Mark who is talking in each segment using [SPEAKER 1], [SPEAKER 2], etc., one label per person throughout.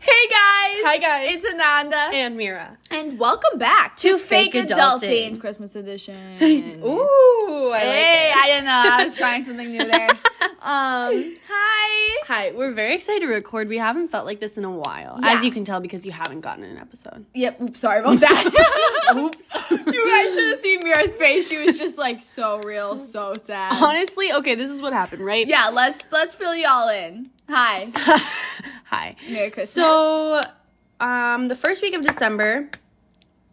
[SPEAKER 1] Hey guys!
[SPEAKER 2] Hi, guys.
[SPEAKER 1] It's Ananda. And,
[SPEAKER 2] and Mira.
[SPEAKER 1] welcome back to,
[SPEAKER 2] To
[SPEAKER 1] Fake,
[SPEAKER 2] Fake
[SPEAKER 1] Adulting.
[SPEAKER 2] Adulting.
[SPEAKER 1] Christmas edition.
[SPEAKER 2] Ooh, I
[SPEAKER 1] hey,
[SPEAKER 2] like it.
[SPEAKER 1] I didn't know. I was trying something new there. Um, hi.
[SPEAKER 2] Hi, we're very excited to record. We haven't felt like this in a while,
[SPEAKER 1] Yeah.
[SPEAKER 2] as you can tell because you haven't gotten an episode.
[SPEAKER 1] Yep, oops, sorry about that. oops. You guys should have seen Mira's face. She was just like so real, so sad.
[SPEAKER 2] Honestly, okay, this is what happened, right?
[SPEAKER 1] yeah, let's let's fill y'all in. Hi.
[SPEAKER 2] Hi.
[SPEAKER 1] Merry Christmas.
[SPEAKER 2] So, um, the first week of December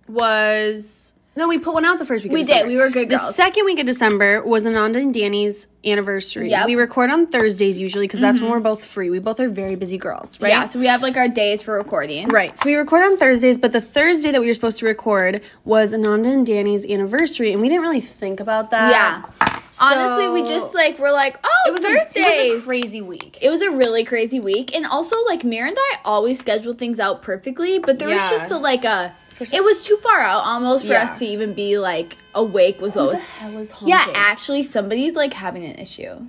[SPEAKER 2] was no, we put one out the first week.
[SPEAKER 1] We
[SPEAKER 2] of
[SPEAKER 1] did.
[SPEAKER 2] December.
[SPEAKER 1] We were good
[SPEAKER 2] The
[SPEAKER 1] girls.
[SPEAKER 2] second week of December was Ananda and Danny's anniversary.
[SPEAKER 1] Yep. Mm-hmm.
[SPEAKER 2] We record on Thursdays usually because that's when we're both free. We both are very busy girls, right?
[SPEAKER 1] Yeah, so we have like our days for recording.
[SPEAKER 2] Right. So we record on Thursdays, but the Thursday that we were supposed to record was Ananda and Danny's anniversary, and we didn't really think about that.
[SPEAKER 1] Yeah.
[SPEAKER 2] So-
[SPEAKER 1] Honestly, we just like were like, oh,
[SPEAKER 2] It was a-
[SPEAKER 1] Thursdays.
[SPEAKER 2] It was a crazy week.
[SPEAKER 1] it was a really crazy week and also like Mira and I always schedule things out perfectly but there was
[SPEAKER 2] Yeah.
[SPEAKER 1] just a like a it was too far out almost for
[SPEAKER 2] Yeah.
[SPEAKER 1] us to even be like awake with what
[SPEAKER 2] What
[SPEAKER 1] was
[SPEAKER 2] the hell is honking?
[SPEAKER 1] yeah actually somebody's like having an issue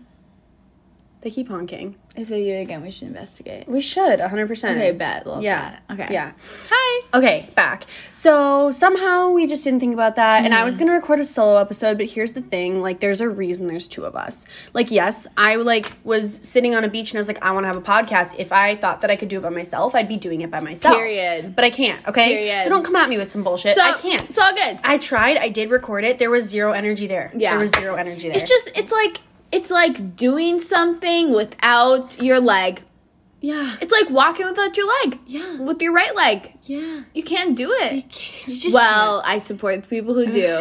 [SPEAKER 2] they keep honking.
[SPEAKER 1] if they do it again we should investigate
[SPEAKER 2] We should 100%.
[SPEAKER 1] okay bet love
[SPEAKER 2] Yeah.
[SPEAKER 1] that. okay
[SPEAKER 2] Yeah.
[SPEAKER 1] hi
[SPEAKER 2] Okay, back. So somehow we just didn't think about that, and I
[SPEAKER 1] Mm-hmm.
[SPEAKER 2] was gonna record a solo episode, but here's the thing: like, there's a reason there's two of us. Like, yes, I like was sitting on a beach and I was like, I want to have a podcast. If I thought that I could do it by myself, I'd be doing it by myself.
[SPEAKER 1] Period.
[SPEAKER 2] But I can't. Okay.
[SPEAKER 1] Period.
[SPEAKER 2] So don't come at me with some bullshit.
[SPEAKER 1] so,
[SPEAKER 2] I can't.
[SPEAKER 1] it's all good
[SPEAKER 2] I tried. I did record it. There was zero energy there.
[SPEAKER 1] Yeah.
[SPEAKER 2] There was zero energy there.
[SPEAKER 1] it's just it's like it's like doing something without your leg
[SPEAKER 2] yeah,
[SPEAKER 1] it's like walking without your leg
[SPEAKER 2] Yeah.
[SPEAKER 1] with your right leg
[SPEAKER 2] yeah.
[SPEAKER 1] you can't do it
[SPEAKER 2] You can't. You just
[SPEAKER 1] Well, I support the people who do,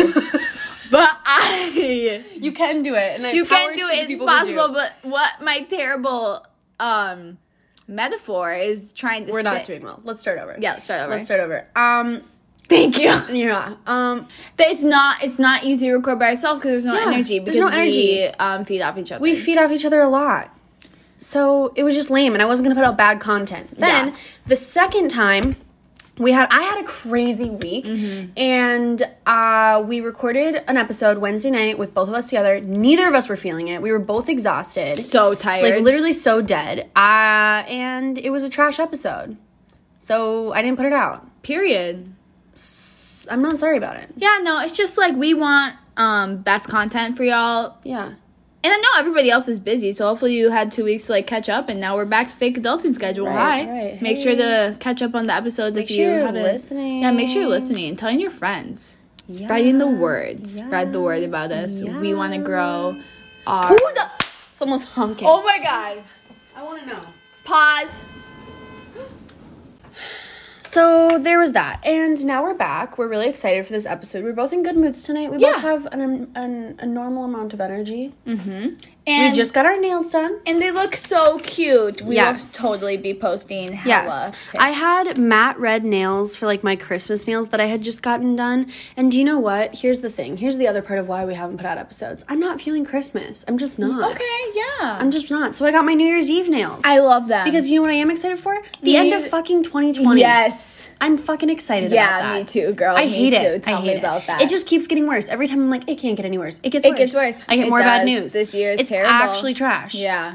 [SPEAKER 1] but I
[SPEAKER 2] can't. you can do it. And I
[SPEAKER 1] you
[SPEAKER 2] power
[SPEAKER 1] can do
[SPEAKER 2] to the
[SPEAKER 1] it. It's
[SPEAKER 2] people who do.
[SPEAKER 1] possible. But what my terrible um metaphor is trying to
[SPEAKER 2] We're not
[SPEAKER 1] say-
[SPEAKER 2] doing well. Let's start over.
[SPEAKER 1] Yeah, let's start over.
[SPEAKER 2] Let's start over. Um.
[SPEAKER 1] Thank you. That
[SPEAKER 2] Yeah. Um.
[SPEAKER 1] It's not it's not easy to record by yourself because there's no
[SPEAKER 2] Yeah,
[SPEAKER 1] energy.
[SPEAKER 2] there's no
[SPEAKER 1] because We,
[SPEAKER 2] energy.
[SPEAKER 1] um, feed off each other.
[SPEAKER 2] we feed off each other a lot. So it was just lame, and I wasn't gonna put out bad content. Then
[SPEAKER 1] Yeah.
[SPEAKER 2] the second time, we had I had a crazy week,
[SPEAKER 1] Mm-hmm.
[SPEAKER 2] and uh, we recorded an episode Wednesday night with both of us together. Neither of us were feeling it. We were both exhausted,
[SPEAKER 1] so tired.
[SPEAKER 2] like literally so dead. Uh, and it was a trash episode, so I didn't put it out.
[SPEAKER 1] period.
[SPEAKER 2] S- I'm not sorry about it.
[SPEAKER 1] Yeah. No. It's just like we want um best content for y'all.
[SPEAKER 2] Yeah.
[SPEAKER 1] And I know everybody else is busy, so hopefully you had two weeks to like catch up, and now we're back to fake adulting schedule.
[SPEAKER 2] Right,
[SPEAKER 1] Hi,
[SPEAKER 2] right.
[SPEAKER 1] make sure to catch up on the episodes if
[SPEAKER 2] Make sure
[SPEAKER 1] you
[SPEAKER 2] you're
[SPEAKER 1] haven't.
[SPEAKER 2] listening.
[SPEAKER 1] Yeah, make sure you're listening and telling your friends, spreading the
[SPEAKER 2] Yeah,
[SPEAKER 1] word, spread the
[SPEAKER 2] yeah,
[SPEAKER 1] word about us. We want to
[SPEAKER 2] yeah.
[SPEAKER 1] grow. Our-
[SPEAKER 2] Who the? Someone's honking.
[SPEAKER 1] Oh my god!
[SPEAKER 2] I want to know.
[SPEAKER 1] Pause.
[SPEAKER 2] So there was that, and now we're back. We're really excited for this episode. We're both in good moods tonight. We
[SPEAKER 1] Yeah.
[SPEAKER 2] both have an, an a normal amount of energy.
[SPEAKER 1] And
[SPEAKER 2] we just got our nails done.
[SPEAKER 1] and they look so cute. We
[SPEAKER 2] Yes.
[SPEAKER 1] will totally be posting. Hella
[SPEAKER 2] Yes,
[SPEAKER 1] pics.
[SPEAKER 2] I had matte red nails for like my Christmas nails that I had just gotten done. And do you know what? Here's the thing. Here's the other part of why we haven't put out episodes. I'm not feeling Christmas. I'm just not.
[SPEAKER 1] Okay. Yeah.
[SPEAKER 2] I'm just not. So I got my New Year's Eve nails.
[SPEAKER 1] I love them
[SPEAKER 2] because you know what I am excited for? The
[SPEAKER 1] New
[SPEAKER 2] end
[SPEAKER 1] Year-
[SPEAKER 2] of fucking 2020.
[SPEAKER 1] yes.
[SPEAKER 2] I'm fucking excited
[SPEAKER 1] Yeah,
[SPEAKER 2] about that.
[SPEAKER 1] me too, girl.
[SPEAKER 2] I
[SPEAKER 1] Me
[SPEAKER 2] hate
[SPEAKER 1] too.
[SPEAKER 2] it.
[SPEAKER 1] Tell
[SPEAKER 2] I hate
[SPEAKER 1] me
[SPEAKER 2] it.
[SPEAKER 1] about that.
[SPEAKER 2] It just keeps getting worse. Every time I'm like, it can't get any worse. It gets
[SPEAKER 1] It
[SPEAKER 2] worse.
[SPEAKER 1] gets worse.
[SPEAKER 2] I get
[SPEAKER 1] It
[SPEAKER 2] more
[SPEAKER 1] does.
[SPEAKER 2] bad news.
[SPEAKER 1] This year is
[SPEAKER 2] it's
[SPEAKER 1] terrible.
[SPEAKER 2] actually trash.
[SPEAKER 1] Yeah.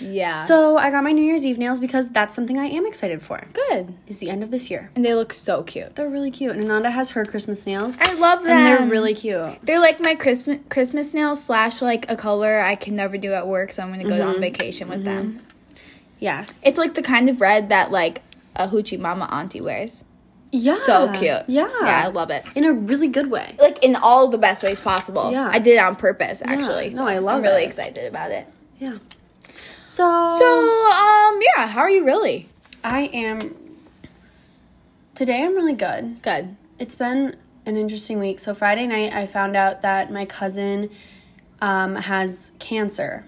[SPEAKER 1] Yeah.
[SPEAKER 2] So I got my New Year's Eve nails because that's something I am excited for.
[SPEAKER 1] good.
[SPEAKER 2] Is the end of this year.
[SPEAKER 1] And they look so cute.
[SPEAKER 2] They're really cute. And Ananda has her Christmas nails.
[SPEAKER 1] I love them.
[SPEAKER 2] And they're really cute.
[SPEAKER 1] They're like my Christmas Christmas nails slash like a color I can never do at work, so I'm gonna go
[SPEAKER 2] Mm-hmm.
[SPEAKER 1] on vacation with them.
[SPEAKER 2] Yes.
[SPEAKER 1] It's like the kind of red that like a hoochie mama auntie wears.
[SPEAKER 2] yeah.
[SPEAKER 1] So cute.
[SPEAKER 2] Ah, Yeah.
[SPEAKER 1] Yeah, I love it.
[SPEAKER 2] In a really good way.
[SPEAKER 1] Like in all the best ways possible.
[SPEAKER 2] Yeah.
[SPEAKER 1] I did it on purpose actually.
[SPEAKER 2] No,
[SPEAKER 1] so
[SPEAKER 2] I love
[SPEAKER 1] I'm really
[SPEAKER 2] it.
[SPEAKER 1] excited about it.
[SPEAKER 2] Yeah. So
[SPEAKER 1] So um yeah, how are you really?
[SPEAKER 2] I am today I'm really good.
[SPEAKER 1] Good.
[SPEAKER 2] It's been an interesting week. So Friday night, I found out that my cousin um, has cancer,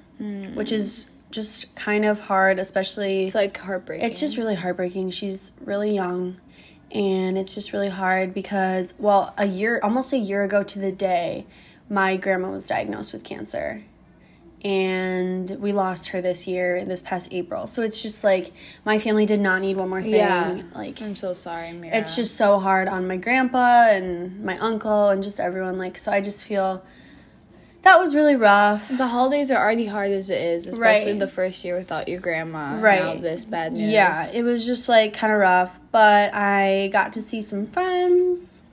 [SPEAKER 2] which is just kind of hard, especially.
[SPEAKER 1] Hmm. It's like heartbreaking.
[SPEAKER 2] It's just really heartbreaking. She's really young, and it's just really hard because, well, a year, almost a year ago to the day, my grandma was diagnosed with cancer. And we lost her this year, this past April. So it's just like my family did not need one more thing.
[SPEAKER 1] Yeah.
[SPEAKER 2] Like
[SPEAKER 1] I'm so sorry, Mira.
[SPEAKER 2] it's just so hard on my grandpa and my uncle and just everyone like so i just feel that was really rough.
[SPEAKER 1] The holidays are already hard as it is, especially
[SPEAKER 2] Right.
[SPEAKER 1] the first year without your grandma.
[SPEAKER 2] Right.
[SPEAKER 1] Right. Now this bad news.
[SPEAKER 2] Yeah, it was just like kind of rough, but I got to see some friends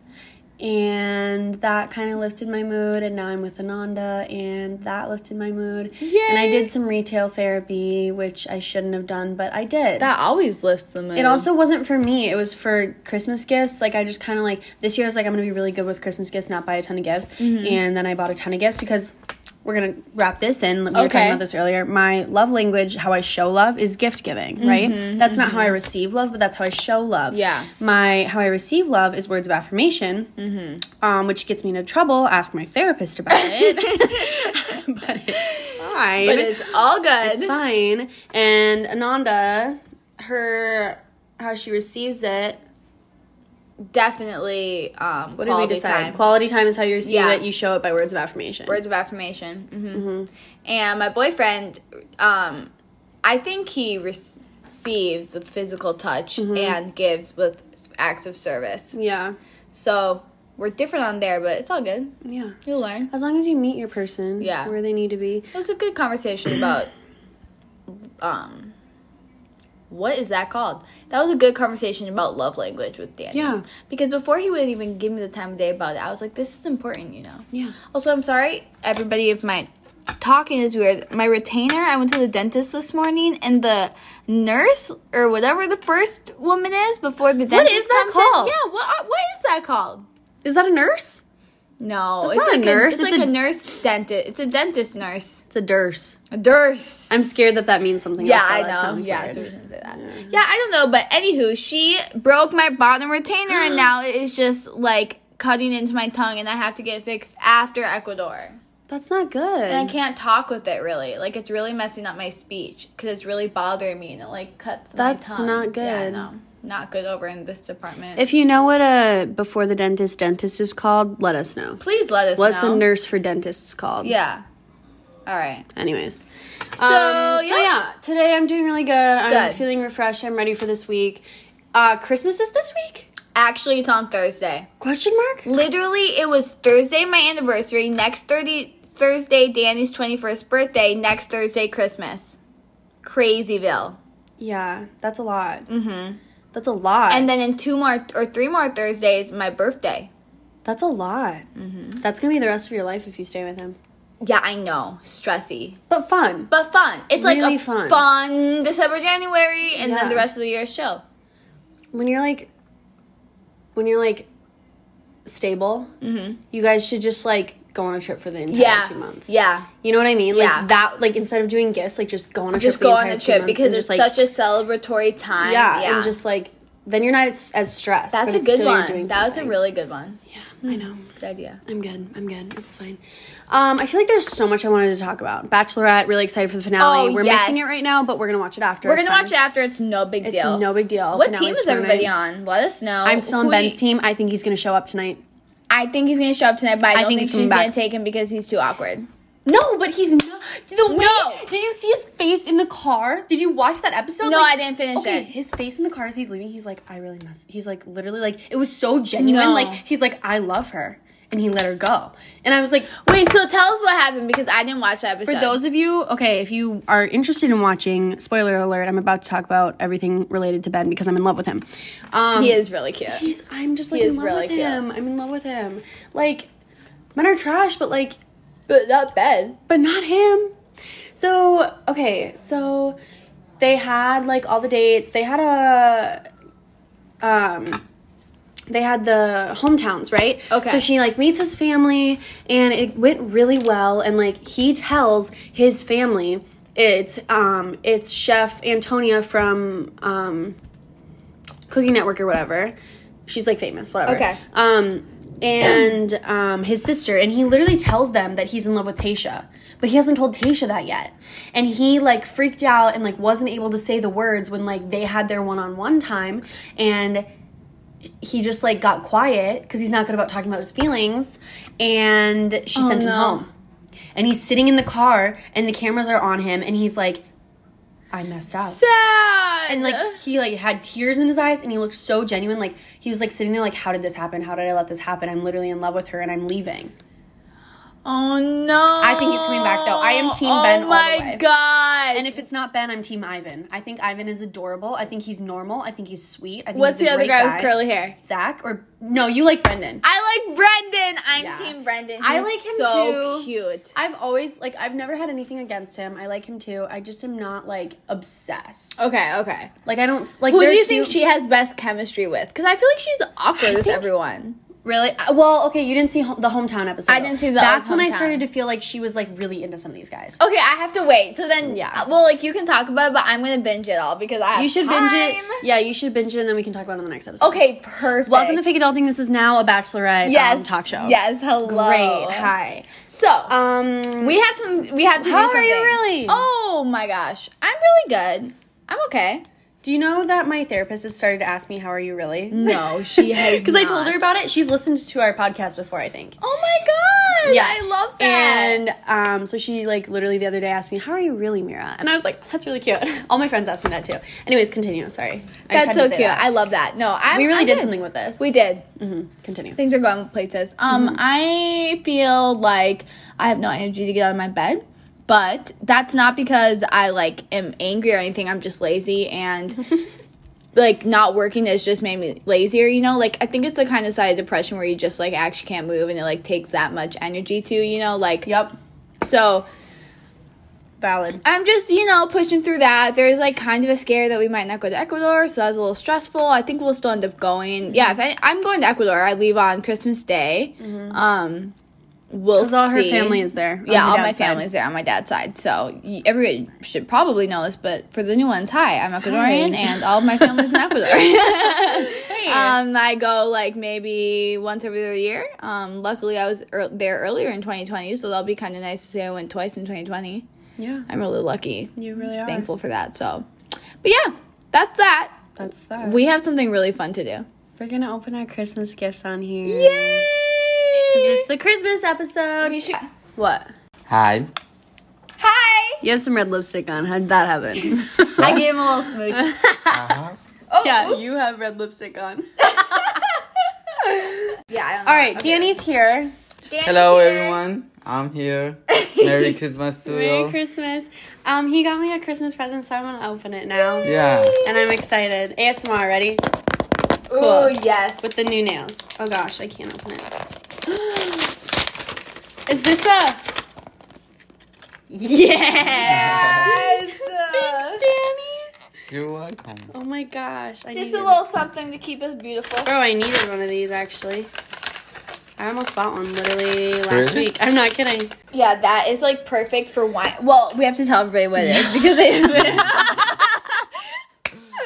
[SPEAKER 2] and that kind of lifted my mood and now I'm with Ananda and that lifted my mood. And I
[SPEAKER 1] Yay!
[SPEAKER 2] did some retail therapy, which I shouldn't have done, but I did.
[SPEAKER 1] that always lists them.
[SPEAKER 2] it also wasn't for me. It was for Christmas gifts. Like I just kind of like this year I was like I'm going to be really good with Christmas gifts, not buy a ton of gifts. And then I bought a ton of gifts because we're going to wrap this in. We were
[SPEAKER 1] Okay.
[SPEAKER 2] talking about this earlier. My love language, how I show love is gift giving, right? That's not how I receive love, but that's how I show love.
[SPEAKER 1] Yeah.
[SPEAKER 2] My how I receive love is words of affirmation. Um, which gets me into trouble. Ask my therapist about it. but it's fine.
[SPEAKER 1] But it's all good.
[SPEAKER 2] It's fine. And Ananda, her how she receives it.
[SPEAKER 1] Definitely. Um,
[SPEAKER 2] What
[SPEAKER 1] quality
[SPEAKER 2] did we decide?
[SPEAKER 1] time.
[SPEAKER 2] Quality time is how you receive
[SPEAKER 1] Yeah.
[SPEAKER 2] it. You show it by words of affirmation.
[SPEAKER 1] words of affirmation. hmm And my boyfriend, um, I think he receives with physical touch and gives with acts of service.
[SPEAKER 2] Yeah.
[SPEAKER 1] So we're different on there, but it's all good.
[SPEAKER 2] Yeah.
[SPEAKER 1] You'll learn.
[SPEAKER 2] As long as you meet your person
[SPEAKER 1] Yeah.
[SPEAKER 2] where they need to be.
[SPEAKER 1] It was a good conversation about, um, what is that called? That was a good conversation about love language with Danny.
[SPEAKER 2] Yeah.
[SPEAKER 1] Because before he wouldn't even give me the time of day about it, I was like, this is important, you know.
[SPEAKER 2] Yeah.
[SPEAKER 1] Also, I'm sorry, everybody, if my talking is weird. My retainer, I went to the dentist this morning, and the nurse or whatever the first woman is before the dentist.
[SPEAKER 2] is that
[SPEAKER 1] comes in-
[SPEAKER 2] called?
[SPEAKER 1] yeah, what what is that called?
[SPEAKER 2] Is that a nurse?
[SPEAKER 1] No,
[SPEAKER 2] It's not a nurse,
[SPEAKER 1] it's,
[SPEAKER 2] it's
[SPEAKER 1] like
[SPEAKER 2] a-
[SPEAKER 1] a, nurse dentist. It's a dentist nurse.
[SPEAKER 2] It's a nurse.
[SPEAKER 1] A nurse.
[SPEAKER 2] I'm scared that that means something.
[SPEAKER 1] yeah,
[SPEAKER 2] else, though.
[SPEAKER 1] I
[SPEAKER 2] That
[SPEAKER 1] know.
[SPEAKER 2] sounds
[SPEAKER 1] Yeah,
[SPEAKER 2] weird.
[SPEAKER 1] so we shouldn't say that. Yeah. I don't know, but anywho, she broke my bottom retainer, and now it is just like cutting into my tongue, and I have to get it fixed after Ecuador.
[SPEAKER 2] That's not good.
[SPEAKER 1] And I can't talk with it really. Like it's really messing up my speech because it's really bothering me and it like cuts.
[SPEAKER 2] That's
[SPEAKER 1] my tongue.
[SPEAKER 2] not
[SPEAKER 1] Yeah,
[SPEAKER 2] good.
[SPEAKER 1] no, not good over in this department.
[SPEAKER 2] if you know what a before the dentist dentist is called, let us know.
[SPEAKER 1] please let us
[SPEAKER 2] What's
[SPEAKER 1] know.
[SPEAKER 2] a nurse for dentists called?
[SPEAKER 1] Yeah. All right.
[SPEAKER 2] Anyways. Um, So,
[SPEAKER 1] yeah.
[SPEAKER 2] today I'm doing really good. I'm
[SPEAKER 1] Good.
[SPEAKER 2] feeling refreshed. I'm ready for this week. Uh, Christmas is this week?
[SPEAKER 1] Actually, it's on Thursday.
[SPEAKER 2] Question mark?
[SPEAKER 1] Literally, it was Thursday my anniversary. Next thirty Thursday, Danny's twenty first birthday. Next Thursday, Christmas. Crazyville.
[SPEAKER 2] Yeah, that's a lot. Mm-hmm. That's a lot.
[SPEAKER 1] And then in two more or three more Thursdays, my birthday.
[SPEAKER 2] that's a lot. Mm-hmm. That's gonna be the rest of your life if you stay with him.
[SPEAKER 1] Yeah, I know. Stressy.
[SPEAKER 2] But fun.
[SPEAKER 1] but fun. It's like
[SPEAKER 2] Really
[SPEAKER 1] a
[SPEAKER 2] fun.
[SPEAKER 1] fun. December, January, and
[SPEAKER 2] Yeah.
[SPEAKER 1] then the rest of the year is chill.
[SPEAKER 2] When you're like, when you're like, stable, mm-hmm. you guys should just like go on a trip for the entire
[SPEAKER 1] Yeah.
[SPEAKER 2] two months.
[SPEAKER 1] Yeah.
[SPEAKER 2] You know what I mean? Like
[SPEAKER 1] Yeah.
[SPEAKER 2] that. Like instead of doing gifts, like just go on a
[SPEAKER 1] Just
[SPEAKER 2] trip.
[SPEAKER 1] go
[SPEAKER 2] for
[SPEAKER 1] on
[SPEAKER 2] the entire
[SPEAKER 1] a
[SPEAKER 2] two
[SPEAKER 1] trip
[SPEAKER 2] months
[SPEAKER 1] because
[SPEAKER 2] and
[SPEAKER 1] it's
[SPEAKER 2] just, like,
[SPEAKER 1] such a celebratory time.
[SPEAKER 2] yeah, and just like then you're not as, as stressed.
[SPEAKER 1] that's
[SPEAKER 2] but
[SPEAKER 1] a
[SPEAKER 2] it's
[SPEAKER 1] good
[SPEAKER 2] still you're
[SPEAKER 1] one.
[SPEAKER 2] doing
[SPEAKER 1] That was a
[SPEAKER 2] something. Hmm.
[SPEAKER 1] really good one.
[SPEAKER 2] yeah. I know.
[SPEAKER 1] Good idea.
[SPEAKER 2] I'm good. I'm good. It's fine. Um, I feel like there's so much I wanted to talk about. Bachelorette. Really excited for the finale.
[SPEAKER 1] Oh,
[SPEAKER 2] we're
[SPEAKER 1] yes.
[SPEAKER 2] missing it right now, but we're gonna watch it after.
[SPEAKER 1] We're
[SPEAKER 2] It's
[SPEAKER 1] gonna
[SPEAKER 2] fine.
[SPEAKER 1] watch it after. It's no big
[SPEAKER 2] It's
[SPEAKER 1] deal.
[SPEAKER 2] no big deal.
[SPEAKER 1] What
[SPEAKER 2] Finale's
[SPEAKER 1] team is
[SPEAKER 2] tomorrow
[SPEAKER 1] everybody
[SPEAKER 2] night.
[SPEAKER 1] on? Let us know.
[SPEAKER 2] I'm still on
[SPEAKER 1] Who
[SPEAKER 2] Ben's
[SPEAKER 1] you-
[SPEAKER 2] team. I think he's gonna show up tonight.
[SPEAKER 1] I think he's gonna show up tonight, but I, don't
[SPEAKER 2] think
[SPEAKER 1] think,
[SPEAKER 2] he's coming
[SPEAKER 1] she's gonna
[SPEAKER 2] back.
[SPEAKER 1] take him because he's too awkward.
[SPEAKER 2] No, but he's not. The way,
[SPEAKER 1] No.
[SPEAKER 2] Did you see his face in the car? Did you watch that episode?
[SPEAKER 1] No,
[SPEAKER 2] Like,
[SPEAKER 1] I didn't finish
[SPEAKER 2] okay,
[SPEAKER 1] it.
[SPEAKER 2] his face in the car as he's leaving, he's like, I really mess. He's like, literally, like it was so genuine.
[SPEAKER 1] No.
[SPEAKER 2] Like he's like, I love her, and he let her go. And I was like,
[SPEAKER 1] Wait, so tell us what happened because I didn't watch that episode.
[SPEAKER 2] For those of you, okay, if you are interested in watching, spoiler alert, I'm about to talk about everything related to Ben because I'm in love with him. Um,
[SPEAKER 1] he is really cute.
[SPEAKER 2] He's. I'm just like
[SPEAKER 1] He
[SPEAKER 2] in
[SPEAKER 1] is
[SPEAKER 2] love
[SPEAKER 1] really
[SPEAKER 2] with
[SPEAKER 1] cute.
[SPEAKER 2] him. I'm in love with him. Like, men are trash, but like,
[SPEAKER 1] But not bad.
[SPEAKER 2] but not him. So okay, so they had like all the dates. They had a. Um, they had the hometowns, right?
[SPEAKER 1] Okay.
[SPEAKER 2] So she like meets his family, and it went really well. And like he tells his family, it's um, it's Chef Antonia from um, Cooking Network or whatever. She's like famous, whatever.
[SPEAKER 1] Okay.
[SPEAKER 2] Um, and um, his sister, and he literally tells them that he's in love with Tasha, but he hasn't told Tasha that yet. And he like freaked out and like wasn't able to say the words when like they had their one-on-one time, and he just like got quiet because he's not good about talking about his feelings and she sent him
[SPEAKER 1] Oh, no.
[SPEAKER 2] home and he's sitting in the car and the cameras are on him and he's like i messed up
[SPEAKER 1] Sad.
[SPEAKER 2] and like he like had tears in his eyes and he looked so genuine like he was like sitting there like how did this happen how did i let this happen i'm literally in love with her and i'm leaving
[SPEAKER 1] Oh no.
[SPEAKER 2] I think he's coming back, though. I am team
[SPEAKER 1] oh
[SPEAKER 2] Ben all
[SPEAKER 1] Oh
[SPEAKER 2] the
[SPEAKER 1] my
[SPEAKER 2] way.
[SPEAKER 1] gosh.
[SPEAKER 2] And if it's not Ben, I'm Team Ivan. I think Ivan is adorable. I think he's normal. I think he's sweet. I think
[SPEAKER 1] What's
[SPEAKER 2] he's
[SPEAKER 1] the
[SPEAKER 2] a
[SPEAKER 1] other
[SPEAKER 2] great
[SPEAKER 1] guy, with curly hair?
[SPEAKER 2] Zach or no? You like Brendan?
[SPEAKER 1] I like Brendan. I'm
[SPEAKER 2] Yeah.
[SPEAKER 1] team Brendan.
[SPEAKER 2] I
[SPEAKER 1] He's
[SPEAKER 2] like him
[SPEAKER 1] so
[SPEAKER 2] too.
[SPEAKER 1] cute.
[SPEAKER 2] I've always like I've never had anything against him. I like him too. I just am not like obsessed.
[SPEAKER 1] Okay, okay.
[SPEAKER 2] Like I don't like.
[SPEAKER 1] Who do
[SPEAKER 2] they're
[SPEAKER 1] you think
[SPEAKER 2] cute-
[SPEAKER 1] she has best chemistry with? Because I feel like she's awkward with
[SPEAKER 2] think-
[SPEAKER 1] everyone.
[SPEAKER 2] really? Uh, Well, okay, you didn't see ho- the hometown episode.
[SPEAKER 1] I didn't see the
[SPEAKER 2] That's when I
[SPEAKER 1] hometown.
[SPEAKER 2] started to feel like she was like really into some of these guys.
[SPEAKER 1] Okay, I have to wait. So then,
[SPEAKER 2] Yeah.
[SPEAKER 1] yeah. Well, like you can talk about it, but I'm gonna binge it all because I have
[SPEAKER 2] You should binge
[SPEAKER 1] time.
[SPEAKER 2] it. Yeah, you should binge it, and then we can talk about it on the next episode.
[SPEAKER 1] Okay, perfect.
[SPEAKER 2] Welcome to Fake Adulting. This is now a Bachelorette um,
[SPEAKER 1] yes
[SPEAKER 2] talk show.
[SPEAKER 1] Yes, hello.
[SPEAKER 2] Great. Hi.
[SPEAKER 1] So
[SPEAKER 2] Um.
[SPEAKER 1] we have some. We have to.
[SPEAKER 2] How
[SPEAKER 1] do
[SPEAKER 2] are you
[SPEAKER 1] something.
[SPEAKER 2] really?
[SPEAKER 1] Oh my gosh, I'm really good. I'm okay.
[SPEAKER 2] Do you know that my therapist has started to ask me, "How are you really?"
[SPEAKER 1] No, she has.
[SPEAKER 2] Because I told her
[SPEAKER 1] not.
[SPEAKER 2] about it. She's listened to our podcast before, I think.
[SPEAKER 1] Oh my god! I love that.
[SPEAKER 2] And um, so she like literally the other day asked me, "How are you really, Mira?" And I was like, "That's really cute." All my friends ask me that too. Anyways, continue. Sorry, I just had
[SPEAKER 1] that's
[SPEAKER 2] to
[SPEAKER 1] so
[SPEAKER 2] say
[SPEAKER 1] cute.
[SPEAKER 2] that.
[SPEAKER 1] I love that. No, I
[SPEAKER 2] we really
[SPEAKER 1] I
[SPEAKER 2] did something with this.
[SPEAKER 1] We did.
[SPEAKER 2] hmm Continue.
[SPEAKER 1] Things are going places. Um, I feel like I have no energy to get out of my bed, but that's not because I like am angry or anything. I'm just lazy and. Like not working has just made me lazier, you know. Like I think it's the kind of side of depression where you just like actually can't move, and it like takes that much energy to, you know. Like
[SPEAKER 2] Yep.
[SPEAKER 1] so,
[SPEAKER 2] Valid.
[SPEAKER 1] I'm just, you know, pushing through that. There's like kind of a scare that we might not go to Ecuador, so that's a little stressful. I think we'll still end up going. Yeah, if any, I'm going to Ecuador, I leave on Christmas Day. Um, we'll
[SPEAKER 2] Because Mm-hmm. all her
[SPEAKER 1] see.
[SPEAKER 2] family is there. on
[SPEAKER 1] Yeah,
[SPEAKER 2] her
[SPEAKER 1] all my
[SPEAKER 2] dad's side.
[SPEAKER 1] family's there on my dad's side. So y- everybody should probably know this, but for the new ones, hi, I'm Ecuadorian,
[SPEAKER 2] Hi.
[SPEAKER 1] and all of my family's in Ecuador.
[SPEAKER 2] Hey.
[SPEAKER 1] Um, I go like maybe once every other year. Um, luckily, I was ear there earlier in 2020, so that'll be kind of nice to say I went twice in 2020.
[SPEAKER 2] yeah,
[SPEAKER 1] I'm really lucky.
[SPEAKER 2] you really are.
[SPEAKER 1] Thankful for that. So, but yeah, that's that.
[SPEAKER 2] That's that.
[SPEAKER 1] We have something really fun to do.
[SPEAKER 2] We're gonna open our Christmas gifts on here.
[SPEAKER 1] Yay!
[SPEAKER 2] It's the Christmas episode.
[SPEAKER 1] We should-
[SPEAKER 2] What?
[SPEAKER 3] Hi.
[SPEAKER 1] Hi.
[SPEAKER 2] You have some red lipstick on. How'd that happen?
[SPEAKER 1] I gave him a little smooch.
[SPEAKER 3] Uh-huh.
[SPEAKER 1] Oh,
[SPEAKER 2] yeah,
[SPEAKER 1] oops.
[SPEAKER 2] you have red lipstick on.
[SPEAKER 1] yeah. I don't know.
[SPEAKER 2] All right, Danny's here.
[SPEAKER 1] Danny's
[SPEAKER 3] Hello,
[SPEAKER 1] here.
[SPEAKER 3] everyone. I'm here. Merry Christmas to you.
[SPEAKER 2] Merry
[SPEAKER 3] all.
[SPEAKER 2] Christmas. Um, he got me a Christmas present, so I'm gonna open it now.
[SPEAKER 3] Yeah.
[SPEAKER 2] And I'm excited. ASMR, ready?
[SPEAKER 1] Oh
[SPEAKER 2] Cool.
[SPEAKER 1] yes.
[SPEAKER 2] With the new nails. Oh gosh, I can't open it. Is this a? Yeah.
[SPEAKER 1] uh,
[SPEAKER 2] Thanks, Danny.
[SPEAKER 3] You're welcome.
[SPEAKER 2] Oh my gosh, I
[SPEAKER 1] Just
[SPEAKER 2] needed-
[SPEAKER 1] a little something to keep us beautiful.
[SPEAKER 2] Bro, I needed one of these actually. I almost bought one literally last
[SPEAKER 3] Really?
[SPEAKER 2] week. I'm not kidding.
[SPEAKER 1] Yeah, that is like perfect for wine. Well, we have to tell everybody what it is because they. We're just like that's, so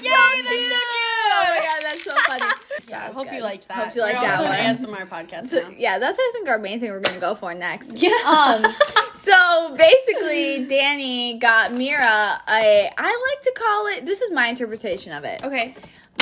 [SPEAKER 1] cute. Oh my god, that's so funny.
[SPEAKER 2] Yeah, I
[SPEAKER 1] Sounds
[SPEAKER 2] hope you
[SPEAKER 1] good.
[SPEAKER 2] liked that.
[SPEAKER 1] Hope you liked
[SPEAKER 2] We're
[SPEAKER 1] that
[SPEAKER 2] also
[SPEAKER 1] one.
[SPEAKER 2] an ASMR podcast.
[SPEAKER 1] So,
[SPEAKER 2] now.
[SPEAKER 1] yeah, that's I think our main thing we're gonna go for next.
[SPEAKER 2] Yeah.
[SPEAKER 1] Um. So basically, Danny got Mira a. I like to call it. This is my interpretation of it.
[SPEAKER 2] Okay.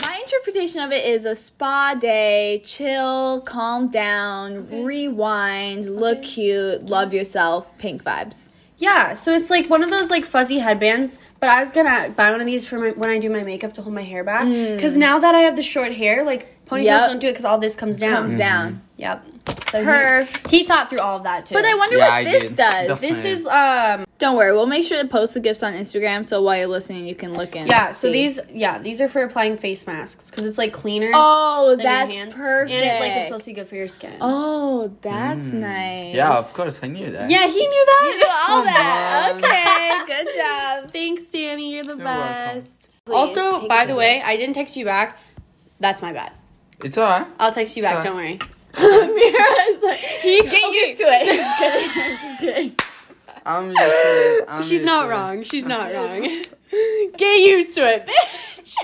[SPEAKER 1] My interpretation of it is a spa day, chill, calm down, rewind, look cute, love yourself, pink vibes.
[SPEAKER 2] Yeah, so it's like one of those like fuzzy headbands, but I was gonna buy one of these for my, when I do my makeup to hold my hair back. Because now that I have the short hair, like
[SPEAKER 1] Mm.
[SPEAKER 2] ponytails
[SPEAKER 1] Yep.
[SPEAKER 2] don't do it because all this comes down.
[SPEAKER 3] Mm-hmm.
[SPEAKER 1] Comes down.
[SPEAKER 2] Yep. So he-
[SPEAKER 1] Perf.
[SPEAKER 2] He, thought through all of that too.
[SPEAKER 1] But I wonder
[SPEAKER 3] Yeah,
[SPEAKER 1] what
[SPEAKER 3] I
[SPEAKER 1] this
[SPEAKER 3] did.
[SPEAKER 1] does.
[SPEAKER 3] The-
[SPEAKER 2] This is um
[SPEAKER 1] Don't worry, we'll make sure to post the gifts on Instagram so while you're listening, you can look in.
[SPEAKER 2] yeah. So
[SPEAKER 1] see.
[SPEAKER 2] these yeah these are for applying face masks because it's like cleaner.
[SPEAKER 1] Oh,
[SPEAKER 2] than your
[SPEAKER 1] that's
[SPEAKER 2] hands,
[SPEAKER 1] perfect.
[SPEAKER 2] And it like is supposed to be good for your skin.
[SPEAKER 1] Oh, that's nice.
[SPEAKER 3] Hmm. Mm. Yeah, of course, I knew that.
[SPEAKER 2] Yeah, he knew that. Oh,
[SPEAKER 1] You do all
[SPEAKER 3] Come
[SPEAKER 1] that.
[SPEAKER 3] on.
[SPEAKER 1] Okay, good job.
[SPEAKER 2] Thanks, Danny. You're the
[SPEAKER 3] welcome.
[SPEAKER 2] best.
[SPEAKER 1] Please,
[SPEAKER 2] also,
[SPEAKER 1] take
[SPEAKER 2] by
[SPEAKER 1] it
[SPEAKER 2] the
[SPEAKER 1] away.
[SPEAKER 2] way, I didn't text you back. That's my bad.
[SPEAKER 3] It's alright.
[SPEAKER 2] I'll text you back. Don't worry.
[SPEAKER 3] Sorry.
[SPEAKER 1] Mira's like, he get used to it.
[SPEAKER 3] I'm used to it. I'm
[SPEAKER 2] She's
[SPEAKER 3] used
[SPEAKER 2] not
[SPEAKER 3] to it.
[SPEAKER 2] wrong. She's not wrong. Get used to it, bitch.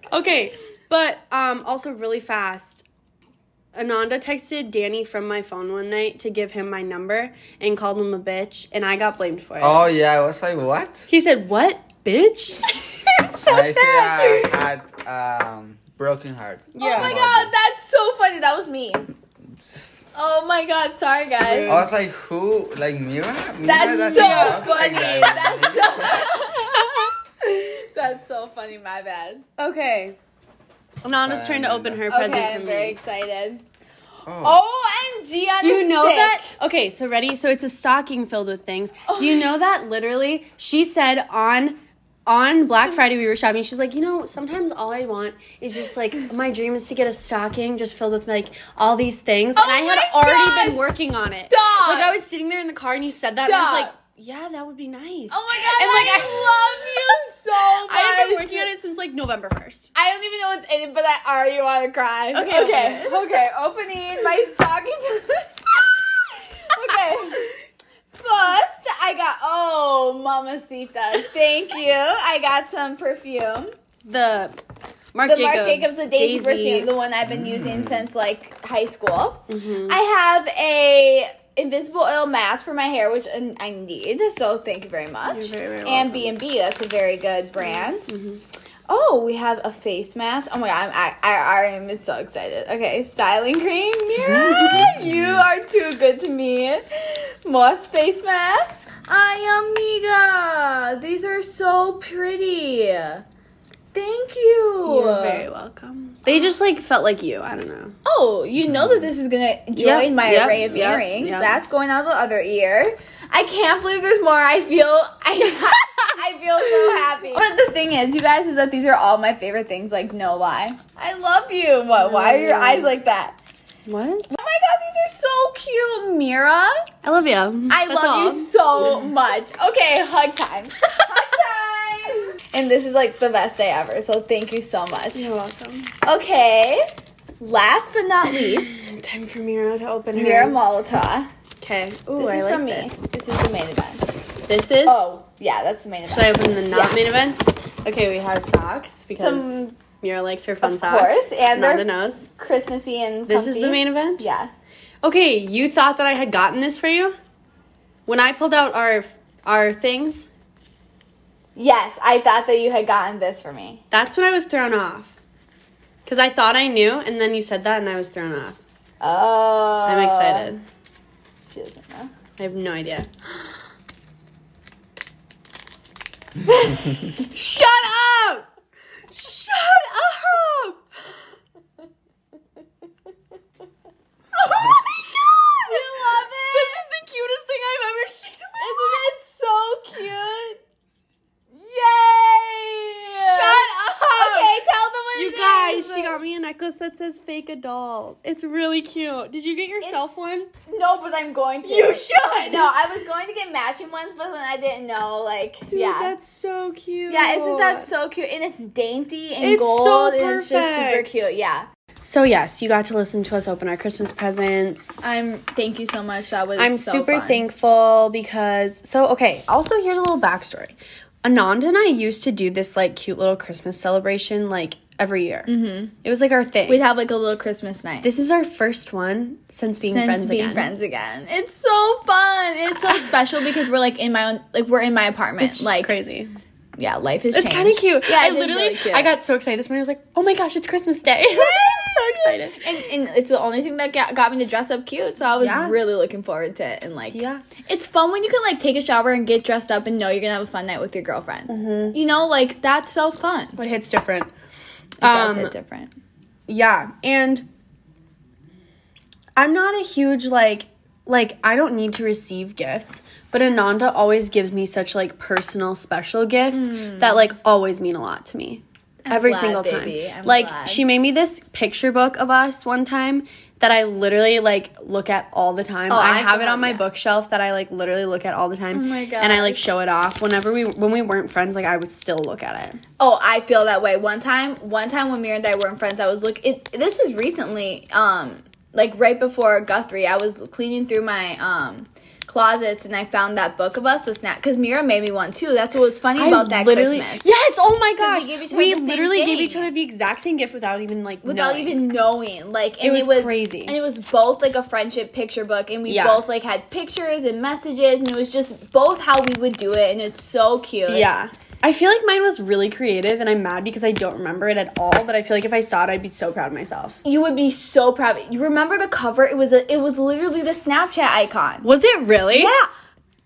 [SPEAKER 2] okay, but um, also really fast. Ananda texted Danny from my phone one night to give him my number and called him a bitch, and I got blamed for it.
[SPEAKER 3] Oh, yeah, I was like, what?
[SPEAKER 2] He said, "What, bitch?" I'm so
[SPEAKER 3] I say I
[SPEAKER 2] sad.
[SPEAKER 3] had um, broken heart.
[SPEAKER 2] Yeah.
[SPEAKER 1] Oh my god, that's so funny. That was me. Oh my god, sorry guys.
[SPEAKER 3] I was like, who? Like Mira? Mira
[SPEAKER 1] That's
[SPEAKER 3] doesn't
[SPEAKER 1] so
[SPEAKER 3] talk like
[SPEAKER 1] funny.
[SPEAKER 3] that.
[SPEAKER 1] That's so. That's so funny. My bad.
[SPEAKER 2] Okay. Ananda's trying to open her present
[SPEAKER 1] Okay,
[SPEAKER 2] for
[SPEAKER 1] I'm
[SPEAKER 2] me.
[SPEAKER 1] very excited.
[SPEAKER 3] Oh.
[SPEAKER 1] Oh, G on
[SPEAKER 2] Do
[SPEAKER 1] a
[SPEAKER 2] you know
[SPEAKER 1] stick.
[SPEAKER 2] that? Okay, so ready? So it's a stocking filled with things. Do you know that literally she said on on Black Friday we were shopping. She's like, "You know, sometimes all I want is just like my dream is to get a stocking just filled with like all these things." and I
[SPEAKER 1] Oh
[SPEAKER 2] had
[SPEAKER 1] my
[SPEAKER 2] already
[SPEAKER 1] God,
[SPEAKER 2] been working on it.
[SPEAKER 1] stop.
[SPEAKER 2] Like I was sitting there in the car and you said that and I was
[SPEAKER 1] Stop.
[SPEAKER 2] like, "Yeah, that would be nice."
[SPEAKER 1] Oh my god!
[SPEAKER 2] And
[SPEAKER 1] like, I, love you so much.
[SPEAKER 2] I have been working on it since like November 1st.
[SPEAKER 1] I don't even know what's in it, but I already want to cry.
[SPEAKER 2] Okay,
[SPEAKER 1] okay, okay. Opening my stocking. okay. First, I got oh, mamacita. Thank you. I got some perfume.
[SPEAKER 2] The Marc
[SPEAKER 1] The
[SPEAKER 2] Jacobs,
[SPEAKER 1] Marc Jacobs the Daisy, Mm. perfume, the one I've been using since like high school. I have a invisible oil mask for my hair, which um, I need. So thank you very Mm-hmm. much.
[SPEAKER 2] You're very, very
[SPEAKER 1] and B and B, that's a very good brand. Oh, we have a face mask. Oh my god, I'm, I, I, I am so excited. Okay, styling cream. Mira, you are too good to me. Moss face mask. I am Miga. These are so pretty. Thank you.
[SPEAKER 2] You're very welcome. They just like felt like you. I don't know.
[SPEAKER 1] Oh, you know that this is gonna join
[SPEAKER 2] Yeah,
[SPEAKER 1] my
[SPEAKER 2] yeah,
[SPEAKER 1] array of
[SPEAKER 2] yeah,
[SPEAKER 1] earrings.
[SPEAKER 2] yeah.
[SPEAKER 1] That's going out the other ear. I can't believe there's more. I feel I I feel so happy.
[SPEAKER 4] But the thing is, you guys, is that these are all my favorite things. Like, no lie.
[SPEAKER 1] I love you. What? Why are your eyes like that?
[SPEAKER 2] What?
[SPEAKER 1] Oh my god, these are so cute, Mira.
[SPEAKER 2] I love you.
[SPEAKER 1] I love you so much. Okay, hug time. hug time. And this is like the best day ever. So thank you so much.
[SPEAKER 2] You're welcome.
[SPEAKER 1] Okay. Last but not least,
[SPEAKER 2] Time for Mira to open her.
[SPEAKER 1] Mira Molotov.
[SPEAKER 2] Okay. Ooh,
[SPEAKER 1] This
[SPEAKER 2] I
[SPEAKER 1] is
[SPEAKER 2] like
[SPEAKER 1] from me.
[SPEAKER 2] this.
[SPEAKER 1] This is the main event.
[SPEAKER 2] This is.
[SPEAKER 1] Oh, yeah, that's the main event.
[SPEAKER 2] Should I open the not main event? Okay, we have socks because
[SPEAKER 1] Some-
[SPEAKER 2] Mira likes her fun
[SPEAKER 1] Of
[SPEAKER 2] socks.
[SPEAKER 1] course, and they're-
[SPEAKER 2] Nanda knows.
[SPEAKER 1] Christmassy and
[SPEAKER 2] This is
[SPEAKER 1] comfy.
[SPEAKER 2] the main event.
[SPEAKER 1] Yeah.
[SPEAKER 2] Okay, you thought that I had gotten this for you. When I pulled out our our things,
[SPEAKER 1] Yes, I thought that you had gotten this for me.
[SPEAKER 2] that's when I was thrown off. Cause I thought I knew, and then you said that, and I was thrown off.
[SPEAKER 1] Oh.
[SPEAKER 2] I'm excited.
[SPEAKER 1] She doesn't know.
[SPEAKER 2] I have no idea. Shut up! Shut up! Oh
[SPEAKER 1] You love it. This is the cutest thing I've ever seen. Isn't it so cute? Yay! Shut up. Okay, tell them what
[SPEAKER 2] You
[SPEAKER 1] it
[SPEAKER 2] guys,
[SPEAKER 1] is.
[SPEAKER 2] she got me a necklace that says fake adult. It's really cute. Did you get
[SPEAKER 1] It's-
[SPEAKER 2] yourself one?
[SPEAKER 1] No, but I'm going to.
[SPEAKER 2] You should.
[SPEAKER 1] No, I was going to get matching ones, but then I didn't know. Like,
[SPEAKER 2] Dude,
[SPEAKER 1] yeah.
[SPEAKER 2] that's so cute.
[SPEAKER 1] yeah, isn't that so cute? And it's dainty and
[SPEAKER 2] It's so
[SPEAKER 1] gold, and it's just super
[SPEAKER 2] perfect.
[SPEAKER 1] cute. Yeah.
[SPEAKER 2] So yes, you got to listen to us open our Christmas presents.
[SPEAKER 4] I'm. Thank you so much. That was.
[SPEAKER 2] I'm
[SPEAKER 4] so
[SPEAKER 2] super
[SPEAKER 4] fun.
[SPEAKER 2] thankful because so okay. Also, here's a little backstory. Anand and I used to do this like cute little Christmas celebration like every year. Mm-hmm. It was like our thing.
[SPEAKER 4] We'd have like a little Christmas night.
[SPEAKER 2] this is our first one since being
[SPEAKER 4] since
[SPEAKER 2] friends
[SPEAKER 4] being
[SPEAKER 2] again.
[SPEAKER 4] friends again. It's so fun. It's so special because we're like in my own, like we're in my apartment.
[SPEAKER 2] It's just
[SPEAKER 4] like
[SPEAKER 2] crazy.
[SPEAKER 4] yeah, life is.
[SPEAKER 2] It's kind of cute.
[SPEAKER 4] Yeah,
[SPEAKER 2] I
[SPEAKER 4] it is
[SPEAKER 2] literally
[SPEAKER 4] really cute.
[SPEAKER 2] I got so excited this morning. I was like, "Oh my gosh, it's Christmas Day!" so excited.
[SPEAKER 4] And, and it's the only thing that got, got me to dress up cute, so I was
[SPEAKER 2] Yeah.
[SPEAKER 4] really looking forward to it. And like,
[SPEAKER 2] Yeah.
[SPEAKER 4] it's fun when you can like take a shower and get dressed up and know you're gonna have a fun night with your girlfriend.
[SPEAKER 2] Mm-hmm.
[SPEAKER 4] You know, like that's so fun. It
[SPEAKER 2] What hits different?
[SPEAKER 4] does
[SPEAKER 2] Um,
[SPEAKER 4] hit different.
[SPEAKER 2] Yeah, and I'm not a huge like like I don't need to receive gifts, but Ananda always gives me such like personal special gifts that like always mean a lot to me.
[SPEAKER 4] Hmm.
[SPEAKER 2] Every
[SPEAKER 4] glad,
[SPEAKER 2] single time.
[SPEAKER 4] baby. I'm
[SPEAKER 2] like
[SPEAKER 4] glad.
[SPEAKER 2] she made me this picture book of us one time that I literally like look at all the time.
[SPEAKER 4] Oh, I
[SPEAKER 2] I,
[SPEAKER 4] still
[SPEAKER 2] have it
[SPEAKER 4] have
[SPEAKER 2] on my
[SPEAKER 4] that.
[SPEAKER 2] bookshelf that I like literally look at all the time. Oh
[SPEAKER 4] my
[SPEAKER 2] And I like show it off whenever we when we weren't friends like I would still look at it.
[SPEAKER 4] Oh, I feel that way. One time, one time when Mira and I weren't friends, I was look. It, this was recently, um, like right before Guthrie. I was cleaning through my um closets and I found that book of us, the snack, because Mira made me one too. That's what was funny about that
[SPEAKER 2] literally,
[SPEAKER 4] Christmas.
[SPEAKER 2] Yes, oh my gosh.
[SPEAKER 4] we gave each other
[SPEAKER 2] We
[SPEAKER 4] the same
[SPEAKER 2] literally gave
[SPEAKER 4] thing.
[SPEAKER 2] each other the exact same gift without even like
[SPEAKER 4] Without
[SPEAKER 2] knowing.
[SPEAKER 4] even knowing, like, and it was,
[SPEAKER 2] was crazy.
[SPEAKER 4] and it was both like a friendship picture book, and we
[SPEAKER 2] Yeah.
[SPEAKER 4] both like had pictures and messages, and it was just both how we would do it, and it's so cute.
[SPEAKER 2] Yeah. I feel like mine was really creative and I'm mad because I don't remember it at all, but I feel like if I saw it I'd be so proud of myself.
[SPEAKER 4] you would be so proud. You remember the cover? It was a, it was literally the Snapchat icon.
[SPEAKER 2] Was it really?
[SPEAKER 4] Yeah.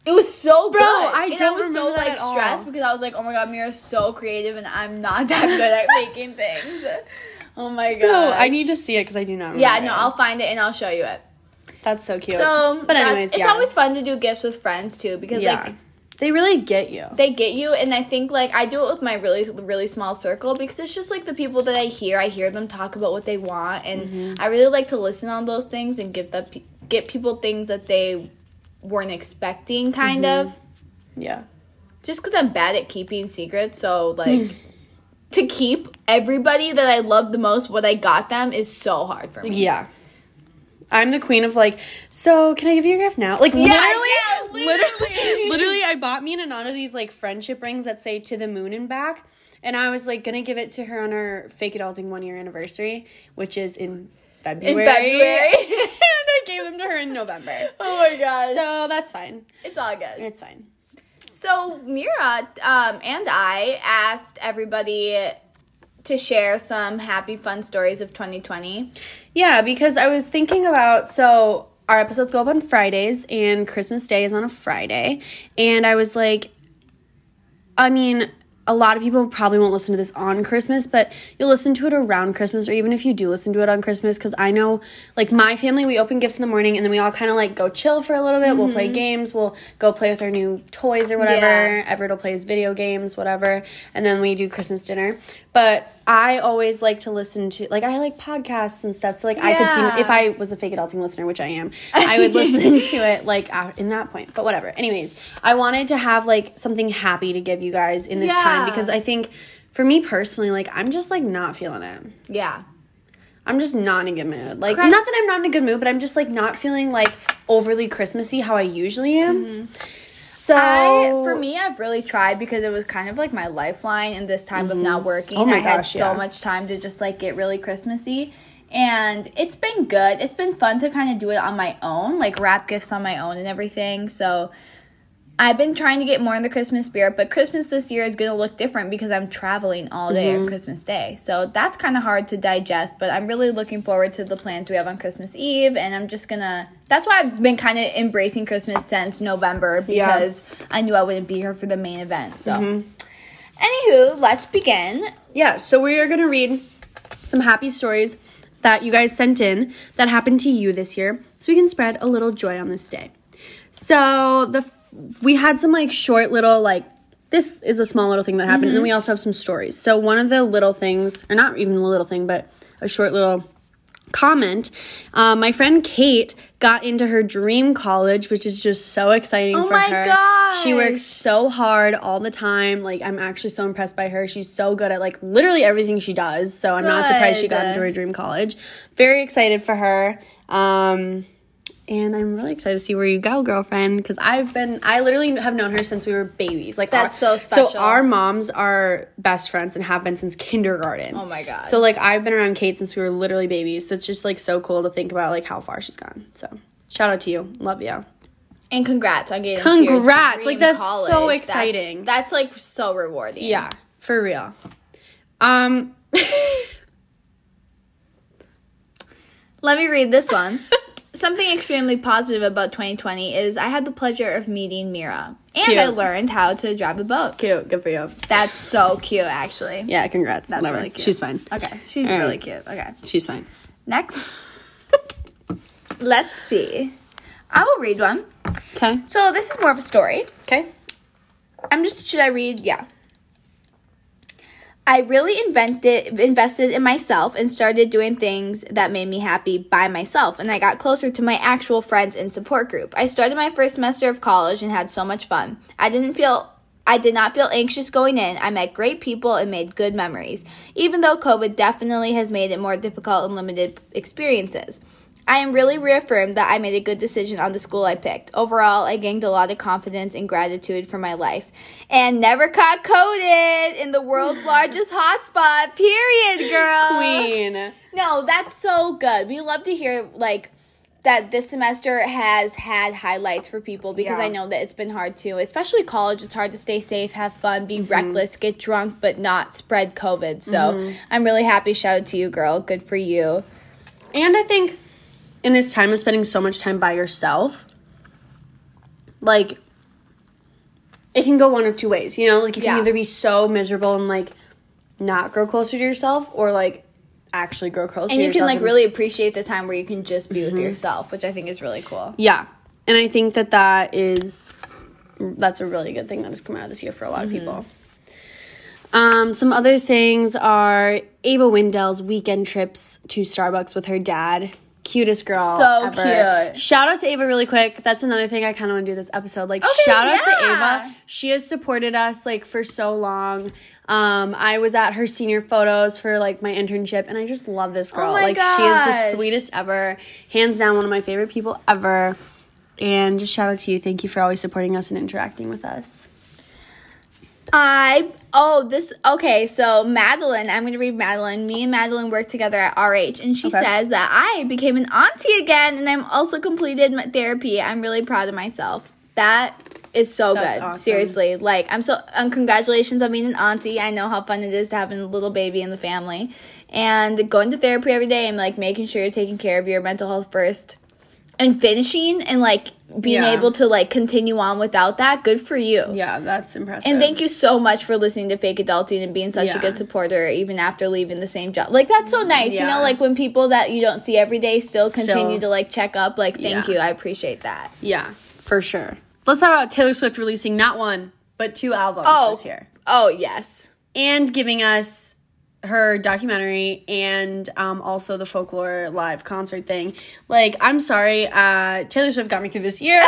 [SPEAKER 4] It was so Bro, good.
[SPEAKER 2] I
[SPEAKER 4] And
[SPEAKER 2] don't
[SPEAKER 4] was so
[SPEAKER 2] remember that
[SPEAKER 4] like
[SPEAKER 2] at all.
[SPEAKER 4] stressed because I was like, oh my god, Mira's so creative and I'm not that good at making things. Oh my god.
[SPEAKER 2] No, Oh, I need to see it because I do not remember.
[SPEAKER 4] Yeah, no,
[SPEAKER 2] it.
[SPEAKER 4] I'll find it and I'll show you it.
[SPEAKER 2] That's so cute.
[SPEAKER 1] So,
[SPEAKER 2] but
[SPEAKER 1] that's-
[SPEAKER 2] anyways,
[SPEAKER 1] it's
[SPEAKER 2] yeah.
[SPEAKER 1] always fun to do gifts with friends too because
[SPEAKER 2] yeah.
[SPEAKER 1] like
[SPEAKER 2] they really get you.
[SPEAKER 1] they get you, and I think like I do it with my really really small circle because it's just like the people that I hear. I hear them talk about what they want, and
[SPEAKER 2] Mm-hmm.
[SPEAKER 1] I really like to listen on those things and give the pe- get people things that they weren't expecting, kind
[SPEAKER 2] Mm-hmm.
[SPEAKER 1] of.
[SPEAKER 2] yeah.
[SPEAKER 1] Just because I'm bad at keeping secrets, so like. To keep everybody that I love the most, what I got them is so hard for me.
[SPEAKER 2] Yeah. I'm the queen of like, so can I give you your gift now? Like literally,
[SPEAKER 1] yeah,
[SPEAKER 2] literally, literally, I bought me and Anana these like friendship rings that say to the moon and back. And I was like gonna give it to her on our fake adulting one year anniversary, which is in February.
[SPEAKER 1] February.
[SPEAKER 2] and I gave them to her in November.
[SPEAKER 1] Oh my god,
[SPEAKER 2] So that's fine.
[SPEAKER 1] it's all good.
[SPEAKER 2] It's fine.
[SPEAKER 1] So Mira um, and I asked everybody to share some happy, fun stories of 2020.
[SPEAKER 2] Yeah, because I was thinking about so our episodes go up on Fridays and Christmas Day is on a Friday. And I was like, I mean, a lot of people probably won't listen to this on Christmas, but you'll listen to it around Christmas, or even if you do listen to it on Christmas, because I know, like, my family, we open gifts in the morning and then we all kind of like go chill for a little bit. We'll play games, we'll go play with our new toys or whatever.
[SPEAKER 1] Mm-hmm. Yeah.
[SPEAKER 2] Everett will play his video games, whatever. And then we do Christmas dinner. But I always like to listen to, like, I like podcasts and stuff. So, like, I could
[SPEAKER 1] Yeah.
[SPEAKER 2] see, if I was a fake adulting listener, which I am, I would listen to it, like, out in that point. But whatever. Anyways, I wanted to have, like, something happy to give you guys in this time
[SPEAKER 1] Yeah.
[SPEAKER 2] because I think for me personally, like I'm just like not feeling it.
[SPEAKER 1] Yeah.
[SPEAKER 2] I'm just not in a good mood. Like
[SPEAKER 1] Correct.
[SPEAKER 2] not that I'm not in a good mood, but I'm just like not feeling like overly Christmassy how I usually am. So
[SPEAKER 1] I, for me, I've really tried because it was kind of like my lifeline in this time of not working.
[SPEAKER 2] Oh my
[SPEAKER 1] I had
[SPEAKER 2] gosh,
[SPEAKER 1] so
[SPEAKER 2] yeah.
[SPEAKER 1] much time to just like get really Christmassy. And it's been good. It's been fun to kind of do it on my own, like wrap gifts on my own and everything. So I've been trying to get more in the Christmas spirit, but Christmas this year is going to look different because I'm traveling all day
[SPEAKER 2] Mm-hmm.
[SPEAKER 1] on Christmas Day. So that's kind of hard to digest, but I'm really looking forward to the plans we have on Christmas Eve. And I'm just going to, that's why I've been kind of embracing Christmas since November
[SPEAKER 2] Yeah. Mm-hmm.
[SPEAKER 1] because I knew I wouldn't be here for the main event. So, anywho, let's begin.
[SPEAKER 2] yeah, so we are gonna read some happy stories that you guys sent in that happened to you this year, so we can spread a little joy on this day. So the we had some like short little like this is a small little thing that happened, and then we also have some stories. So one of the little things, or not even a little thing, but a short little comment. Uh, my friend Kate got into her dream college, which is just so exciting for
[SPEAKER 1] my
[SPEAKER 2] her. She works so hard all the time. Like I'm actually so impressed by her. She's so good at like literally everything she does. So I'm not surprised she got
[SPEAKER 1] Good.
[SPEAKER 2] into her dream college. Very excited for her. Um, and I'm really excited to see where you go, girlfriend. Because I've been, I literally have known her since we were babies. Like
[SPEAKER 1] That's
[SPEAKER 2] our-
[SPEAKER 1] so special.
[SPEAKER 2] So our moms are best friends and have been since kindergarten. Oh
[SPEAKER 1] my God.
[SPEAKER 2] So like I've been around Kate since we were literally babies. So it's just like so cool to think about like how far she's gone. So shout out to you, love you.
[SPEAKER 1] And congrats on getting into your
[SPEAKER 2] Congrats.
[SPEAKER 1] dream
[SPEAKER 2] Like, that's
[SPEAKER 1] college.
[SPEAKER 2] so
[SPEAKER 1] That's-
[SPEAKER 2] exciting.
[SPEAKER 1] That's, like so rewarding.
[SPEAKER 2] Yeah, for real. Um,
[SPEAKER 1] Let me read this one. Something extremely positive about 2020 is I had the pleasure of meeting Mira and
[SPEAKER 2] Cute.
[SPEAKER 1] I learned how to drive a boat.
[SPEAKER 2] cute. Good for you.
[SPEAKER 1] That's so cute, actually.
[SPEAKER 2] Yeah, congrats. Whatever.
[SPEAKER 1] really cute.
[SPEAKER 2] She's fine.
[SPEAKER 1] Okay, she's
[SPEAKER 2] All right.
[SPEAKER 1] really cute. Okay.
[SPEAKER 2] She's fine.
[SPEAKER 1] Next. Let's see. I will read one.
[SPEAKER 2] Okay.
[SPEAKER 1] So this is more of a story.
[SPEAKER 2] Okay.
[SPEAKER 1] I'm just should I read? Yeah. I really invented invested in myself and started doing things that made me happy by myself and I got closer to my actual friends and support group. I started my first semester of college and had so much fun. I didn't feel I did not feel anxious going in. I met great people and made good memories, even though COVID definitely has made it more difficult and limited experiences. I am really reaffirmed that I made a good decision on the school I picked. Overall, I gained a lot of confidence and gratitude for my life. And never caught coded in the world's largest hotspot, period, girl.
[SPEAKER 2] Queen.
[SPEAKER 1] No, that's so good. We love to hear like that this semester has had highlights for people because
[SPEAKER 2] Yeah.
[SPEAKER 1] I know that it's been hard too, especially college. It's hard to stay safe, have fun,
[SPEAKER 2] Mm-hmm.
[SPEAKER 1] be reckless, get drunk, but not spread COVID. So
[SPEAKER 2] Mm-hmm.
[SPEAKER 1] I'm really happy. Shout out to you, girl. Good for you.
[SPEAKER 2] And I think in this time of spending so much time by yourself, like it can go one of two ways. You know, like you can
[SPEAKER 1] Yeah.
[SPEAKER 2] either be so miserable and like not grow closer to yourself, or like actually grow curls. for
[SPEAKER 5] and you can
[SPEAKER 2] yourself Mm-hmm.
[SPEAKER 5] like really appreciate the time where you can just be with yourself, which I think is really cool.
[SPEAKER 2] Yeah. And I think that that is that's a really good thing that has come out of this year for a
[SPEAKER 1] Mm-hmm.
[SPEAKER 2] lot of people. Um, some other things are Ava Wendell's weekend trips to Starbucks with her dad. Cutest girl.
[SPEAKER 1] So
[SPEAKER 2] ever.
[SPEAKER 1] cute.
[SPEAKER 2] Shout out to Ava really quick. That's another thing I kind of want to do this episode. Like, shout out to
[SPEAKER 1] yeah.
[SPEAKER 2] Ava. She has supported us like for so long. Um, I was at her senior photos for like my internship, and I just love this girl.
[SPEAKER 1] my
[SPEAKER 2] like, she is
[SPEAKER 1] gosh.
[SPEAKER 2] the sweetest ever. Hands down, one of my favorite people ever. And just shout out to you. Thank you for always supporting us and interacting with us.
[SPEAKER 1] I oh this okay so Madeline I'm gonna read Madeline me and Madeline work together at RH and she
[SPEAKER 2] Okay.
[SPEAKER 1] says that I became an auntie again and I'm also completed my therapy I'm really proud of myself that is so
[SPEAKER 2] That's
[SPEAKER 1] good
[SPEAKER 2] awesome.
[SPEAKER 1] seriously like I'm so um, congratulations on being an auntie I know how fun it is to have a little baby in the family and going to therapy every day and like making sure you're taking care of your mental health first and finishing and like being
[SPEAKER 2] Yeah.
[SPEAKER 1] able to like continue on without that good for you
[SPEAKER 2] Yeah, that's impressive.
[SPEAKER 1] and thank you so much for listening to Fake Adulting and being such
[SPEAKER 2] Yeah.
[SPEAKER 1] a good supporter, even after leaving the same job. Like that's so nice, you
[SPEAKER 2] Yeah.
[SPEAKER 1] know. Like when people that you don't see every day still continue
[SPEAKER 2] Still-
[SPEAKER 1] to like check up. Like thank
[SPEAKER 2] Yeah.
[SPEAKER 1] you, I appreciate that.
[SPEAKER 2] Yeah, for sure. Let's talk about Taylor Swift releasing not one, but two albums
[SPEAKER 1] Oh.
[SPEAKER 2] this year.
[SPEAKER 1] Oh yes,
[SPEAKER 2] And giving us her documentary and um, also the folklore live concert thing. Like, I'm sorry, uh, Taylor Swift got me through this year.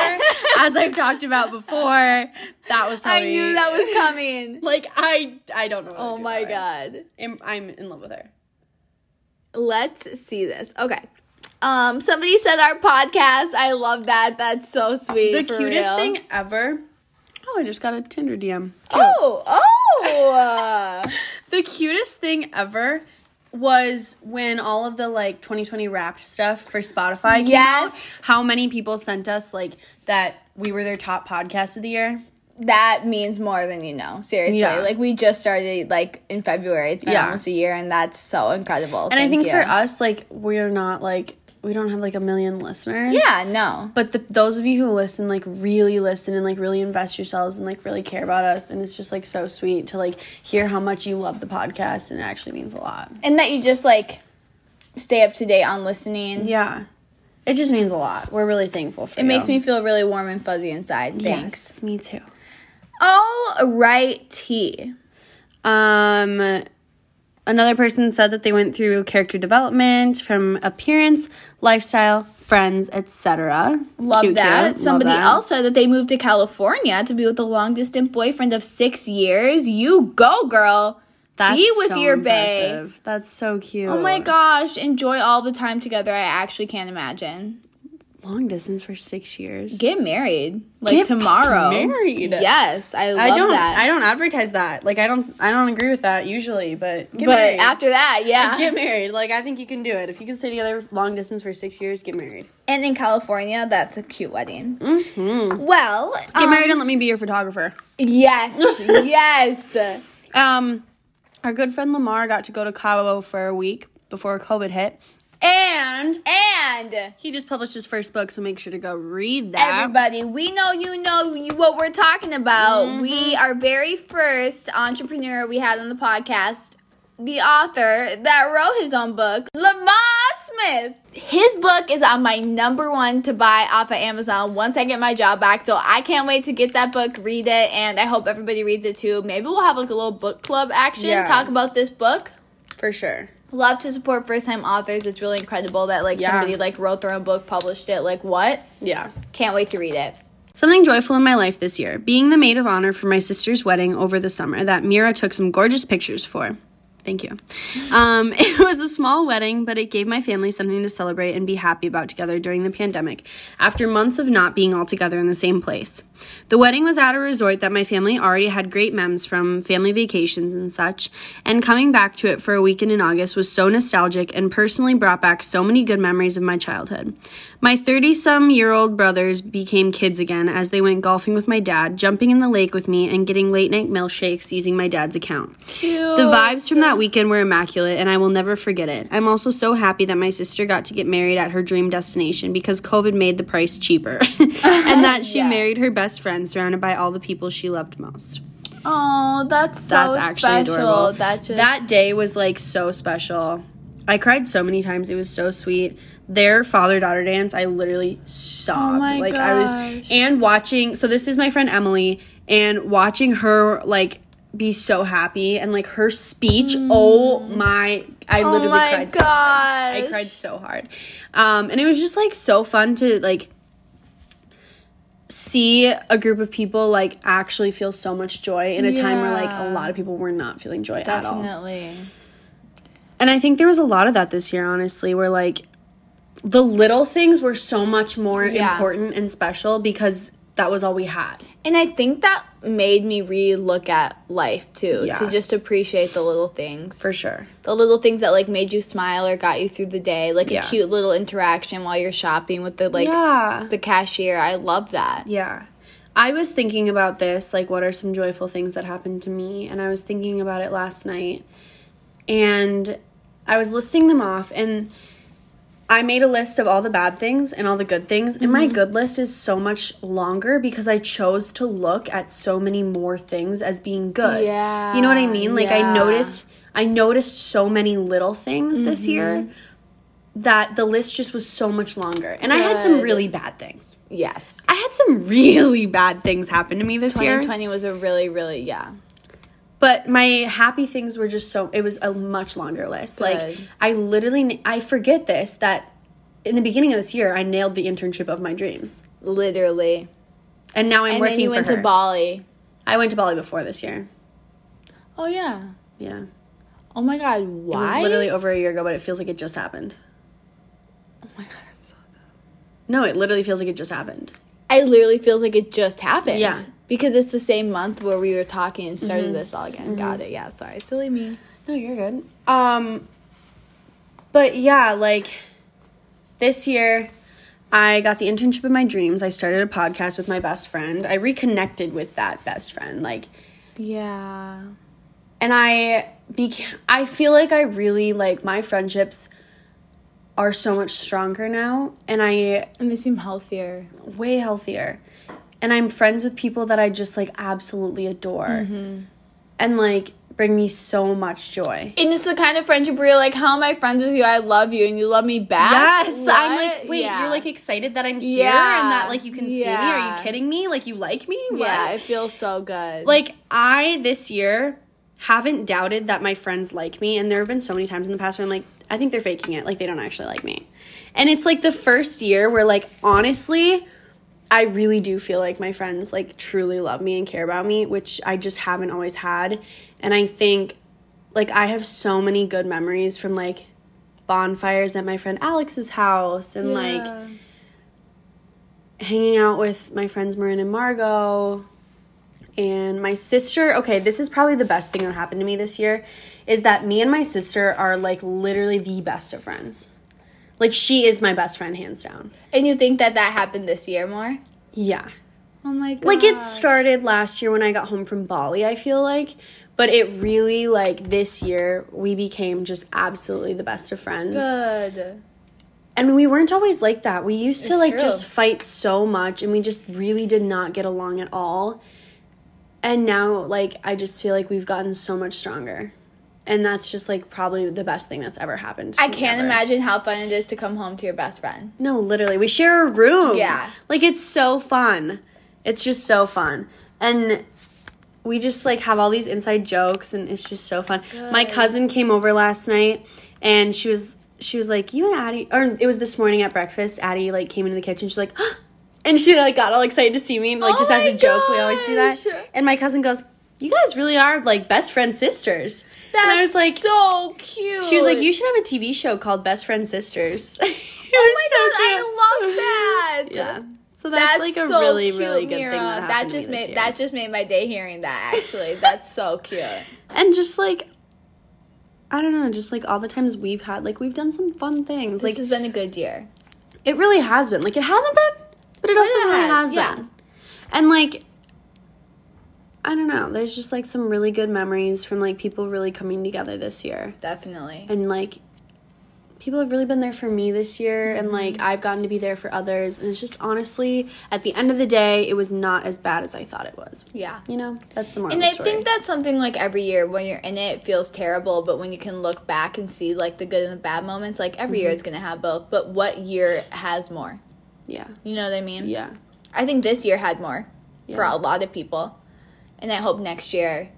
[SPEAKER 2] as I've talked about before, that was
[SPEAKER 1] I
[SPEAKER 2] probably
[SPEAKER 1] knew that was coming.
[SPEAKER 2] like I I don't know. what to
[SPEAKER 1] oh
[SPEAKER 2] do
[SPEAKER 1] my
[SPEAKER 2] about her.
[SPEAKER 1] god,
[SPEAKER 2] I'm, I'm in love with her.
[SPEAKER 1] let's see this. Okay. Um, somebody said our podcast. I love that. That's so sweet.
[SPEAKER 2] The
[SPEAKER 1] for
[SPEAKER 2] cutest
[SPEAKER 1] real.
[SPEAKER 2] thing ever. Oh, I just got a Tinder DM.
[SPEAKER 1] Oh, oh. uh,
[SPEAKER 2] The cutest thing ever was when all of the like 2020 wrapped stuff for Spotify came
[SPEAKER 1] Yes.
[SPEAKER 2] out. How many people sent us like that we were their top podcast of the year?
[SPEAKER 1] that means more than you know. Seriously,
[SPEAKER 2] Yeah.
[SPEAKER 1] like we just started like in February. It's been
[SPEAKER 2] Yeah.
[SPEAKER 1] almost a year, and that's so incredible.
[SPEAKER 2] And I think
[SPEAKER 1] you.
[SPEAKER 2] for us like we're not like we don't have like a million listeners.
[SPEAKER 1] yeah, no,
[SPEAKER 2] But the, those of you who listen, like really listen and like really invest yourselves and like really care about us, and it's just like so sweet to like hear how much you love the podcast, and it actually means a lot.
[SPEAKER 1] and that you just like stay up to date on listening.
[SPEAKER 2] Yeah, it just means a lot. We're really thankful for
[SPEAKER 1] It makes me feel really warm and fuzzy inside. Thanks.
[SPEAKER 2] Yes, me too.
[SPEAKER 1] All right, T.
[SPEAKER 2] Um, another person said that they went through character development from appearance, lifestyle, friends, etc.
[SPEAKER 1] Love
[SPEAKER 2] Cute,
[SPEAKER 1] that.
[SPEAKER 2] cute. Love
[SPEAKER 1] Somebody
[SPEAKER 2] that.
[SPEAKER 1] else said that they moved to California to be with a long distant boyfriend of six years. You go, girl.
[SPEAKER 2] That's
[SPEAKER 1] be with
[SPEAKER 2] so
[SPEAKER 1] your bae.
[SPEAKER 2] impressive. That's so cute.
[SPEAKER 1] Oh my gosh, enjoy all the time together. I actually can't imagine.
[SPEAKER 2] Long distance for six years.
[SPEAKER 1] Get married. Like
[SPEAKER 2] Get
[SPEAKER 1] tomorrow.
[SPEAKER 2] fucking married.
[SPEAKER 1] Yes, I love
[SPEAKER 2] I don't.
[SPEAKER 1] that.
[SPEAKER 2] I don't advertise that. Like I don't. I don't agree with that usually. But
[SPEAKER 1] but
[SPEAKER 2] get married.
[SPEAKER 1] after that, yeah.
[SPEAKER 2] get married. Like I think you can do it if you can stay together long distance for six years. Get married.
[SPEAKER 1] and in California, that's a cute wedding. Mm-hmm. Well,
[SPEAKER 2] Get
[SPEAKER 1] um,
[SPEAKER 2] married and let me be your photographer.
[SPEAKER 1] yes, yes.
[SPEAKER 2] Um, our good friend Lamar got to go to Cabo for a week before COVID hit, and
[SPEAKER 1] And
[SPEAKER 2] he just published his first book. So make sure to go read that.
[SPEAKER 1] everybody, we know you know you- what we're talking about. We our very first entrepreneur we had on the podcast, the author that wrote his own book, Lamar Smith. His book is on my number one to buy off of Amazon once I get my job back. So I can't wait to get that book, read it, and I hope everybody reads it too. Maybe we'll have like a little book club action,
[SPEAKER 2] Yeah.
[SPEAKER 1] talk about this book
[SPEAKER 2] for sure.
[SPEAKER 1] love to support first time authors. It's really incredible that like
[SPEAKER 2] Yeah.
[SPEAKER 1] somebody like wrote their own book, published it. Like what?
[SPEAKER 2] Yeah.
[SPEAKER 1] Can't wait to read it.
[SPEAKER 2] Something joyful in my life this year, being the maid of honor for my sister's wedding over the summer that Mira took some gorgeous pictures for. Thank you. Um, it was a small wedding, but it gave my family something to celebrate and be happy about together during the pandemic after months of not being all together in the same place. The wedding was at a resort that my family already had great memes from family vacations and such, and coming back to it for a weekend in August was so nostalgic and personally brought back so many good memories of my childhood. My 30 some year old brothers became kids again as they went golfing with my dad, jumping in the lake with me, and getting late night milkshakes using my dad's account. The
[SPEAKER 1] Oh,
[SPEAKER 2] vibes from that weekend were immaculate, and I will never forget it. I'm also so happy that my sister got to get married at her dream destination because COVID made the price cheaper, and that she married her best friend surrounded by all the people she loved most.
[SPEAKER 1] Oh, that's so
[SPEAKER 2] That's actually
[SPEAKER 1] special.
[SPEAKER 2] adorable.
[SPEAKER 1] That just
[SPEAKER 2] that day was like so special. I cried so many times. It was so sweet. Their father daughter dance, I literally sobbed.
[SPEAKER 1] Oh my
[SPEAKER 2] like I was
[SPEAKER 1] gosh.
[SPEAKER 2] and watching so this is my friend Emily and watching her like be so happy and like her speech, oh my I literally
[SPEAKER 1] Mm. oh my
[SPEAKER 2] cried so hard.
[SPEAKER 1] gosh.
[SPEAKER 2] I cried so hard. Um and it was just like so fun to like see a group of people like actually feel so much joy in a time where like a
[SPEAKER 1] Yeah.
[SPEAKER 2] lot of people were not feeling joy at all.
[SPEAKER 1] Definitely.
[SPEAKER 2] And I think there was a lot of that this year, honestly, where like the little things were so much more
[SPEAKER 1] Yeah.
[SPEAKER 2] important and special because that was all we had.
[SPEAKER 1] And I think that made me re-look at life too,
[SPEAKER 2] Yeah.
[SPEAKER 1] to just appreciate the little things.
[SPEAKER 2] For sure.
[SPEAKER 1] the little things that like made you smile or got you through the day, like
[SPEAKER 2] Yeah.
[SPEAKER 1] a cute little interaction while you're shopping with the like s-
[SPEAKER 2] Yeah.
[SPEAKER 1] the cashier. I love that.
[SPEAKER 2] Yeah. I was thinking about this, like, what are some joyful things that happened to me? And I was thinking about it last night. And I was listing them off, and I made a list of all the bad things and all the good things. And
[SPEAKER 1] Mm-hmm.
[SPEAKER 2] my good list is so much longer because I chose to look at so many more things as being good.
[SPEAKER 1] Yeah,
[SPEAKER 2] You know what I mean? Like, I
[SPEAKER 1] yeah.
[SPEAKER 2] noticed. I noticed so many little things this year that the list just was so much longer. And I had some
[SPEAKER 1] Mm-hmm. Good.
[SPEAKER 2] really bad things.
[SPEAKER 1] Yes.
[SPEAKER 2] I had some really bad things happen to me this year,
[SPEAKER 1] 2020 was a really, really yeah.
[SPEAKER 2] but my happy things were just so. It was a much longer list. Like
[SPEAKER 1] Good.
[SPEAKER 2] I literally, I forget this that in the beginning of this year I nailed the internship of my dreams,
[SPEAKER 1] Literally.
[SPEAKER 2] and now I'm
[SPEAKER 1] And
[SPEAKER 2] working
[SPEAKER 1] then you
[SPEAKER 2] for
[SPEAKER 1] went
[SPEAKER 2] her.
[SPEAKER 1] to Bali.
[SPEAKER 2] I went to Bali before this year.
[SPEAKER 1] Oh yeah.
[SPEAKER 2] Yeah, it
[SPEAKER 1] Oh my god,
[SPEAKER 2] was
[SPEAKER 1] why?
[SPEAKER 2] literally over a year ago, but it feels like it just happened.
[SPEAKER 1] oh my god, I'm so
[SPEAKER 2] No, it literally feels like it just happened.
[SPEAKER 1] I literally feels like it just happened.
[SPEAKER 2] Yeah. Mm-hmm.
[SPEAKER 1] Because it's the same month where we were talking and started this all again. Got it. Yeah, sorry. Silly me.
[SPEAKER 2] No, you're good. Um, but yeah, like this year, I got the internship of my dreams. I started a podcast with my best friend. I reconnected with that best friend, like,
[SPEAKER 1] Yeah.
[SPEAKER 2] and I became. I feel like I really like my friendships are so much stronger now, and I
[SPEAKER 1] And they seem healthier.
[SPEAKER 2] way healthier. And I'm friends with people that I just like absolutely adore, and like bring me so much joy.
[SPEAKER 1] And it's the kind of friendship where you're like, how am I friends with you? I love you and you love me back.
[SPEAKER 2] Yes, I'm
[SPEAKER 1] What?
[SPEAKER 2] like, wait,
[SPEAKER 1] Yeah.
[SPEAKER 2] you're like excited that I'm here and that
[SPEAKER 1] Yeah.
[SPEAKER 2] like you can see me. Are
[SPEAKER 1] Yeah.
[SPEAKER 2] you kidding me? Like you like me? What?
[SPEAKER 1] yeah, it feels so good.
[SPEAKER 2] Like I this year haven't doubted that my friends like me, and there have been so many times in the past where I'm like, I think they're faking it. Like they don't actually like me. And it's like the first year where like honestly. I really do feel like my friends like truly love me and care about me, which I just haven't always had. And I think like I have so many good memories from like bonfires at my friend Alex's house and like
[SPEAKER 1] Yeah.
[SPEAKER 2] hanging out with my friends Marin and Margot and my sister. Okay, this is probably the best thing that happened to me this year is that me and my sister are like literally the best of friends. Like she is my best friend hands down.
[SPEAKER 1] and you think that that happened this year more?
[SPEAKER 2] Yeah.
[SPEAKER 1] Oh my god.
[SPEAKER 2] Like it started last year when I got home from Bali, I feel like, but it really like this year we became just absolutely the best of friends.
[SPEAKER 1] good.
[SPEAKER 2] and we weren't always like that. We used to
[SPEAKER 1] It's
[SPEAKER 2] like
[SPEAKER 1] true.
[SPEAKER 2] just fight so much and we just really did not get along at all. And now like I just feel like we've gotten so much stronger. And that's just like probably the best thing that's ever happened. To
[SPEAKER 1] I
[SPEAKER 2] me
[SPEAKER 1] can't
[SPEAKER 2] ever.
[SPEAKER 1] imagine how fun it is to come home to your best friend.
[SPEAKER 2] No, literally. We share a room.
[SPEAKER 1] Yeah.
[SPEAKER 2] Like it's so fun. It's just so fun. And we just like have all these inside jokes and it's just so fun. My cousin came over last night and she was she was like, You and Addie or it was this morning at breakfast, Addie like came into the kitchen, she's like, and she like got all excited to see me and like
[SPEAKER 1] Oh
[SPEAKER 2] just as
[SPEAKER 1] my
[SPEAKER 2] a joke, we always do
[SPEAKER 1] gosh.
[SPEAKER 2] that. And my cousin goes, You guys really are like best friend sisters.
[SPEAKER 1] That's
[SPEAKER 2] and I was like
[SPEAKER 1] so cute.
[SPEAKER 2] she was like, You should have a TV show called Best Friend Sisters. it
[SPEAKER 1] Oh
[SPEAKER 2] was
[SPEAKER 1] my
[SPEAKER 2] so
[SPEAKER 1] god,
[SPEAKER 2] cute.
[SPEAKER 1] I love that.
[SPEAKER 2] Yeah. So
[SPEAKER 1] That's,
[SPEAKER 2] that's, like a
[SPEAKER 1] so
[SPEAKER 2] really,
[SPEAKER 1] cute,
[SPEAKER 2] really good
[SPEAKER 1] Mira.
[SPEAKER 2] thing that happened
[SPEAKER 1] just
[SPEAKER 2] to me
[SPEAKER 1] made
[SPEAKER 2] this year.
[SPEAKER 1] that just made my day hearing that. Actually, that's so cute.
[SPEAKER 2] and just like, I don't know, just like all the times we've had, like we've done some fun things.
[SPEAKER 1] This
[SPEAKER 2] Like
[SPEAKER 1] has been a good year.
[SPEAKER 2] it really has been. Like it hasn't been, but it also
[SPEAKER 1] it
[SPEAKER 2] really has,
[SPEAKER 1] has, yeah.
[SPEAKER 2] been. And like, I don't know. There's just like some really good memories from like people really coming together this year
[SPEAKER 1] Definitely.
[SPEAKER 2] and like people have really been there for me this year and
[SPEAKER 1] Mm-hmm.
[SPEAKER 2] like I've gotten to be there for others and it's just honestly at the end of the day it was not as bad as I thought it was.
[SPEAKER 1] Yeah.
[SPEAKER 2] You know, that's the moral
[SPEAKER 1] And
[SPEAKER 2] of
[SPEAKER 1] I
[SPEAKER 2] the story.
[SPEAKER 1] think that's something like every year when you're in it, it feels terrible, but when you can look back and see like the good and the bad moments, like every
[SPEAKER 2] Mm-hmm.
[SPEAKER 1] year it's gonna have both. But what year has more?
[SPEAKER 2] yeah.
[SPEAKER 1] You know what I mean?
[SPEAKER 2] Yeah.
[SPEAKER 1] I think this year had more for
[SPEAKER 2] Yeah.
[SPEAKER 1] a lot of people, and I hope next year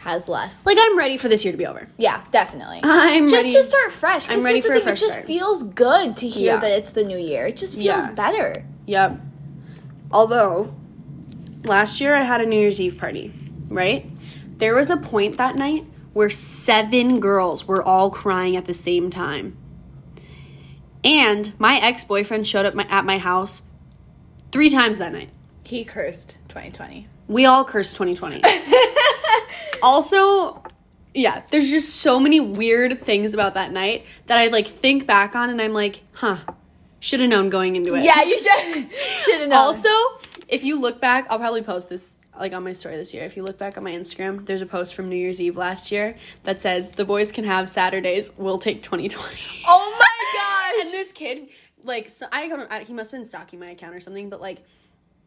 [SPEAKER 1] has less.
[SPEAKER 2] Like I'm ready for this year to be over.
[SPEAKER 1] yeah, definitely.
[SPEAKER 2] I'm
[SPEAKER 1] just
[SPEAKER 2] ready.
[SPEAKER 1] to start fresh. 'cause
[SPEAKER 2] I'm ready
[SPEAKER 1] here's
[SPEAKER 2] for
[SPEAKER 1] the
[SPEAKER 2] a
[SPEAKER 1] thing,
[SPEAKER 2] fresh
[SPEAKER 1] It just
[SPEAKER 2] start.
[SPEAKER 1] feels good to hear
[SPEAKER 2] Yeah.
[SPEAKER 1] that it's the new year. It just feels
[SPEAKER 2] Yeah.
[SPEAKER 1] better.
[SPEAKER 2] Yep. Although, last year I had a New Year's Eve party, right? There was a point that night where seven girls were all crying at the same time. And my ex boyfriend showed up my, at my house three times that night.
[SPEAKER 1] He cursed 2020.
[SPEAKER 2] We all cursed 2020. also, yeah, there's just so many weird things about that night that I like think back on and I'm like, huh, should have known going into it.
[SPEAKER 1] Yeah, you should should have known.
[SPEAKER 2] Also, if you look back, I'll probably post this like on my story this year. If you look back on my Instagram, there's a post from New Year's Eve last year that says the boys can have Saturdays. We'll take 2020.
[SPEAKER 1] oh my gosh.
[SPEAKER 2] and this kid, like, so I don't. I, he must have been stalking my account or something, but like.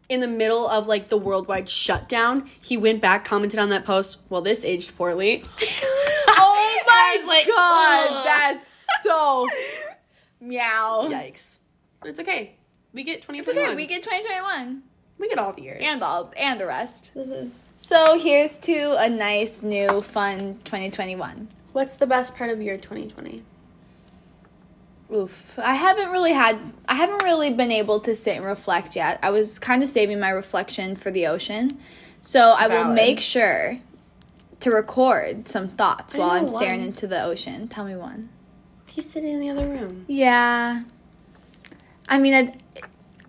[SPEAKER 2] In the middle of like the worldwide shutdown, he went back, commented on that post. Well, this aged poorly.
[SPEAKER 1] oh my god,
[SPEAKER 2] "Ugh."
[SPEAKER 1] that's so meow.
[SPEAKER 2] Yikes! But it's okay. We get twenty. It's
[SPEAKER 1] Okay, we get 2021
[SPEAKER 2] we get all the years.
[SPEAKER 1] and all and the rest. So here's to a nice new fun 2021.
[SPEAKER 2] What's the best part of year twenty twenty?
[SPEAKER 1] Oof. I haven't really had I haven't really been able to sit and reflect yet. I was kind of saving my reflection for the ocean. So I will
[SPEAKER 2] Valid.
[SPEAKER 1] make sure to record some thoughts while
[SPEAKER 2] know
[SPEAKER 1] I'm staring
[SPEAKER 2] one.
[SPEAKER 1] into the ocean. Tell me one.
[SPEAKER 2] He's sitting in the other room.
[SPEAKER 1] Yeah. I mean, I,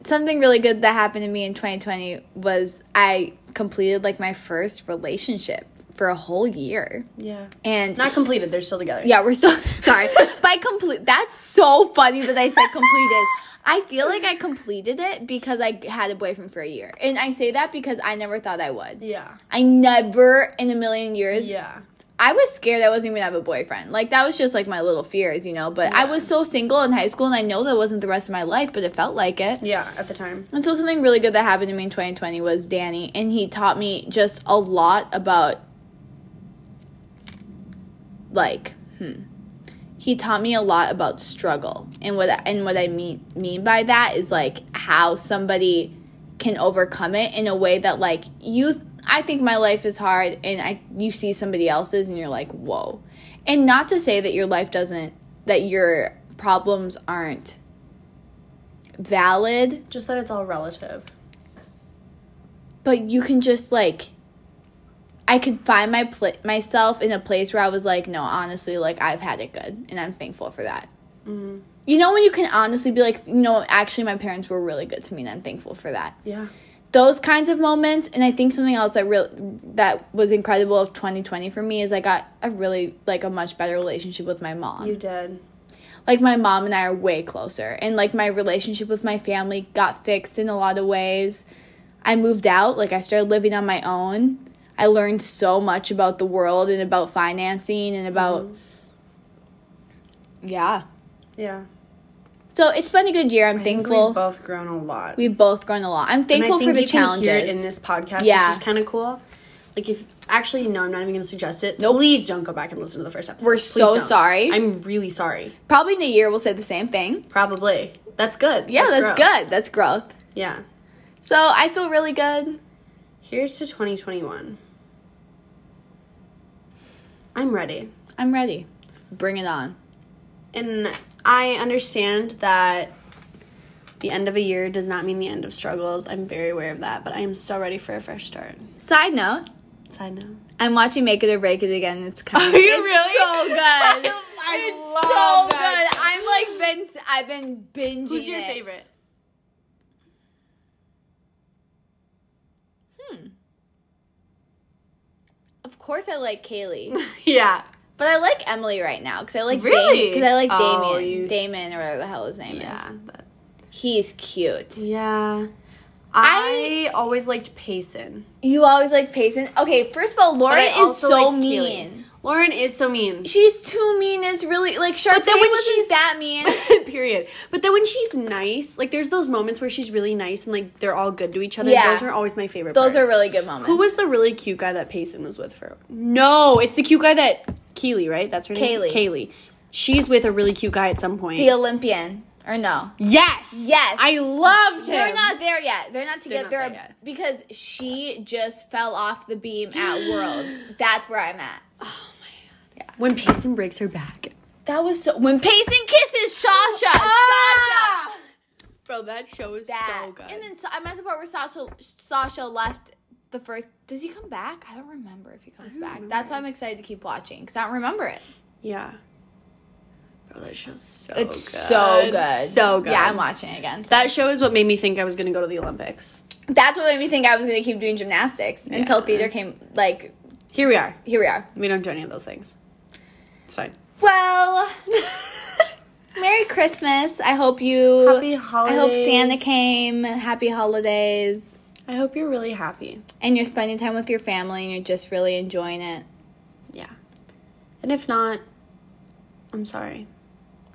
[SPEAKER 1] something really good that happened to me in 2020 was I completed like my first relationship for a whole year.
[SPEAKER 2] Yeah.
[SPEAKER 1] And
[SPEAKER 2] Not completed. They're still together.
[SPEAKER 1] yeah, we're so sorry. By complete, that's so funny that I said completed. I feel like I completed it because I had a boyfriend for a year. And I say that because I never thought I would.
[SPEAKER 2] Yeah.
[SPEAKER 1] I never in a million years
[SPEAKER 2] Yeah.
[SPEAKER 1] I was scared I wasn't even have a boyfriend. Like that was just like my little fears, you know. But I was so single in high school, and I know that wasn't the rest of my life, but it felt like it.
[SPEAKER 2] Yeah. At the time.
[SPEAKER 1] And so something really good that happened to me in 2020 was Danny, and he taught me just a lot about, like, hmm, he taught me a lot about struggle, and what I- and what I mean mean by that is like how somebody can overcome it in a way that like you. I think my life is hard, and I you see somebody else's, and you're like, whoa, and not to say that your life doesn't that your problems aren't valid
[SPEAKER 2] Just that it's all relative.
[SPEAKER 1] but you can just like I could find my pl- myself in a place where I was like, no, honestly, like I've had it good, and I'm thankful for that. You know when you can honestly be like, no, actually, my parents were really good to me, and I'm thankful for that.
[SPEAKER 2] Yeah.
[SPEAKER 1] Those kinds of moments, and I think something else that real that was incredible of 2020 for me is I got a really like a much better relationship with my mom
[SPEAKER 2] You did.
[SPEAKER 1] like my mom and I are way closer and like my relationship with my family got fixed in a lot of ways. I moved out, like I started living on my own. I learned so much about the world and about financing and about
[SPEAKER 2] Mm-hmm.
[SPEAKER 1] Yeah.
[SPEAKER 2] Yeah.
[SPEAKER 1] So it's been a good year. I'm
[SPEAKER 2] We've
[SPEAKER 1] thankful.
[SPEAKER 2] both grown a lot.
[SPEAKER 1] We've both grown a lot. I'm
[SPEAKER 2] And I
[SPEAKER 1] thankful
[SPEAKER 2] think
[SPEAKER 1] for the
[SPEAKER 2] you can
[SPEAKER 1] challenges.
[SPEAKER 2] hear it in this podcast,
[SPEAKER 1] Yeah.
[SPEAKER 2] which is kind of cool. Like if actually no, I'm not even gonna suggest it. No, please don't go back and listen to the first episode.
[SPEAKER 1] We're
[SPEAKER 2] Please
[SPEAKER 1] so
[SPEAKER 2] don't.
[SPEAKER 1] sorry.
[SPEAKER 2] I'm really sorry.
[SPEAKER 1] Probably in a year we'll say the same thing.
[SPEAKER 2] Probably. That's good.
[SPEAKER 1] Yeah, that's,
[SPEAKER 2] growth.
[SPEAKER 1] good. That's growth.
[SPEAKER 2] Yeah.
[SPEAKER 1] So I feel really good.
[SPEAKER 2] Here's to 2021. I'm ready.
[SPEAKER 1] I'm ready. Bring it on.
[SPEAKER 2] and I understand that the end of a year does not mean the end of struggles. I'm very aware of that, but I am so ready for a fresh start.
[SPEAKER 1] Side note,
[SPEAKER 2] Side note.
[SPEAKER 1] I'm watching Make It or Break It again. It's kind of
[SPEAKER 2] you
[SPEAKER 1] it's
[SPEAKER 2] really?
[SPEAKER 1] so good. it's so
[SPEAKER 2] that
[SPEAKER 1] good. I'm like been I've been binging.
[SPEAKER 2] Who's your
[SPEAKER 1] it.
[SPEAKER 2] favorite?
[SPEAKER 1] Of course, I like Kaylee,
[SPEAKER 2] Yeah.
[SPEAKER 1] but I like Emily right now because I like
[SPEAKER 2] Really?
[SPEAKER 1] because I like
[SPEAKER 2] Oh,
[SPEAKER 1] Damien,
[SPEAKER 2] you s-
[SPEAKER 1] Damon or whatever the hell his name
[SPEAKER 2] Yeah.
[SPEAKER 1] is.
[SPEAKER 2] but-
[SPEAKER 1] He's cute.
[SPEAKER 2] yeah. I, always liked Payson.
[SPEAKER 1] You always like Payson. Okay, first of all, Laura
[SPEAKER 2] I
[SPEAKER 1] is
[SPEAKER 2] also
[SPEAKER 1] so
[SPEAKER 2] liked Keely.
[SPEAKER 1] mean.
[SPEAKER 2] Lauren is so mean.
[SPEAKER 1] She's too mean. It's really like Sharpay
[SPEAKER 2] then when
[SPEAKER 1] wasn't
[SPEAKER 2] she's-
[SPEAKER 1] that mean.
[SPEAKER 2] Period. But then when she's nice, like there's those moments where she's really nice and like they're all good to each other.
[SPEAKER 1] Yeah.
[SPEAKER 2] Those are always my favorite.
[SPEAKER 1] Those are
[SPEAKER 2] parts.
[SPEAKER 1] really good moments.
[SPEAKER 2] Who was the really cute guy that Payson was with for? No, it's the cute guy that Keely, right? That's her name.
[SPEAKER 1] Kaylee.
[SPEAKER 2] Kaylee. She's with a really cute guy at some point.
[SPEAKER 1] the Olympian? Or no?
[SPEAKER 2] yes.
[SPEAKER 1] Yes.
[SPEAKER 2] I loved him.
[SPEAKER 1] They're not there yet. They're not together
[SPEAKER 2] not
[SPEAKER 1] They're-
[SPEAKER 2] there yet.
[SPEAKER 1] because she just fell off the beam at Worlds. That's where I'm at.
[SPEAKER 2] When Payson breaks her back.
[SPEAKER 1] That was so. When Payson kisses Sasha, Sasha,
[SPEAKER 2] Bro, that show is
[SPEAKER 1] that.
[SPEAKER 2] so good.
[SPEAKER 1] And then Sa- I'm at the part where Sasha Sasha left the first. Does he come back? I don't remember if he comes back. That's why I'm excited to keep watching because I don't remember it.
[SPEAKER 2] yeah. Bro, that show's so
[SPEAKER 1] It's
[SPEAKER 2] good.
[SPEAKER 1] so good,
[SPEAKER 2] So good.
[SPEAKER 1] Yeah, I'm watching it again. So-
[SPEAKER 2] That show is what made me think I was gonna go to the Olympics.
[SPEAKER 1] That's what made me think I was gonna keep doing gymnastics until theater came. Like
[SPEAKER 2] Here we are.
[SPEAKER 1] here we are.
[SPEAKER 2] We don't do any of those things. It's fine.
[SPEAKER 1] Well, Merry Christmas. I hope you.
[SPEAKER 2] Happy
[SPEAKER 1] I hope Santa
[SPEAKER 2] holidays.
[SPEAKER 1] came. Happy holidays.
[SPEAKER 2] I hope you're really happy.
[SPEAKER 1] And you're spending time with your family and you're just really enjoying it.
[SPEAKER 2] Yeah. And if not, I'm sorry.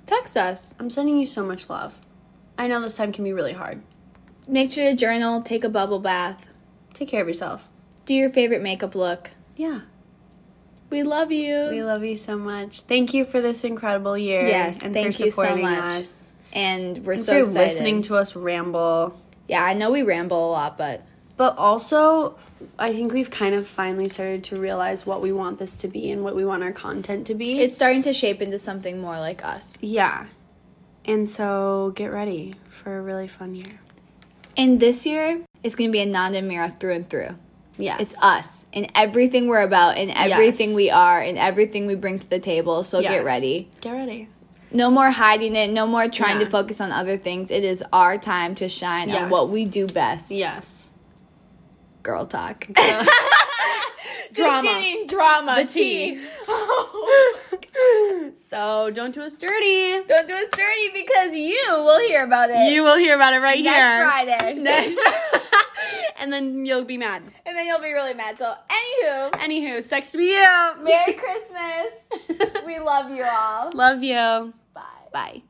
[SPEAKER 1] Text us.
[SPEAKER 2] I'm sending you so much love. I know this time can be really hard.
[SPEAKER 1] Make sure to journal, take a bubble bath,
[SPEAKER 2] Take care of yourself.
[SPEAKER 1] do your favorite makeup look.
[SPEAKER 2] Yeah.
[SPEAKER 1] We love you.
[SPEAKER 2] We love you so much. Thank you for this incredible year.
[SPEAKER 1] Yes,
[SPEAKER 2] and
[SPEAKER 1] thank
[SPEAKER 2] for
[SPEAKER 1] you so
[SPEAKER 2] supporting
[SPEAKER 1] much.
[SPEAKER 2] Us.
[SPEAKER 1] and we're
[SPEAKER 2] And
[SPEAKER 1] so
[SPEAKER 2] for
[SPEAKER 1] excited.
[SPEAKER 2] listening to us ramble.
[SPEAKER 1] yeah, I know we ramble a lot, but
[SPEAKER 2] But also, I think we've kind of finally started to realize what we want this to be and what we want our content to be.
[SPEAKER 1] it's starting to shape into something more like us.
[SPEAKER 2] yeah. And so get ready for a really fun year.
[SPEAKER 1] And this year, it's going to be Ananda and Mira through and through.
[SPEAKER 2] Yes.
[SPEAKER 1] It's us and everything we're about and everything
[SPEAKER 2] Yes.
[SPEAKER 1] we are and everything we bring to the table. So
[SPEAKER 2] Yes.
[SPEAKER 1] get ready.
[SPEAKER 2] Get ready.
[SPEAKER 1] No more hiding it, no more trying
[SPEAKER 2] Yeah.
[SPEAKER 1] to focus on other things. It is our time to shine
[SPEAKER 2] Yes.
[SPEAKER 1] on what we do best.
[SPEAKER 2] Yes.
[SPEAKER 1] Girl talk.
[SPEAKER 2] Drama.
[SPEAKER 1] Kidding, drama.
[SPEAKER 2] The tea. so don't do us dirty.
[SPEAKER 1] Don't do us dirty because you will hear about it
[SPEAKER 2] You will hear about it right
[SPEAKER 1] next
[SPEAKER 2] here.
[SPEAKER 1] Friday.
[SPEAKER 2] Next. and then you'll be mad.
[SPEAKER 1] and then you'll be really mad. So, anywho,
[SPEAKER 2] Anywho, sex to you.
[SPEAKER 1] Merry Christmas. we love you all.
[SPEAKER 2] Love you.
[SPEAKER 1] Bye.
[SPEAKER 2] Bye.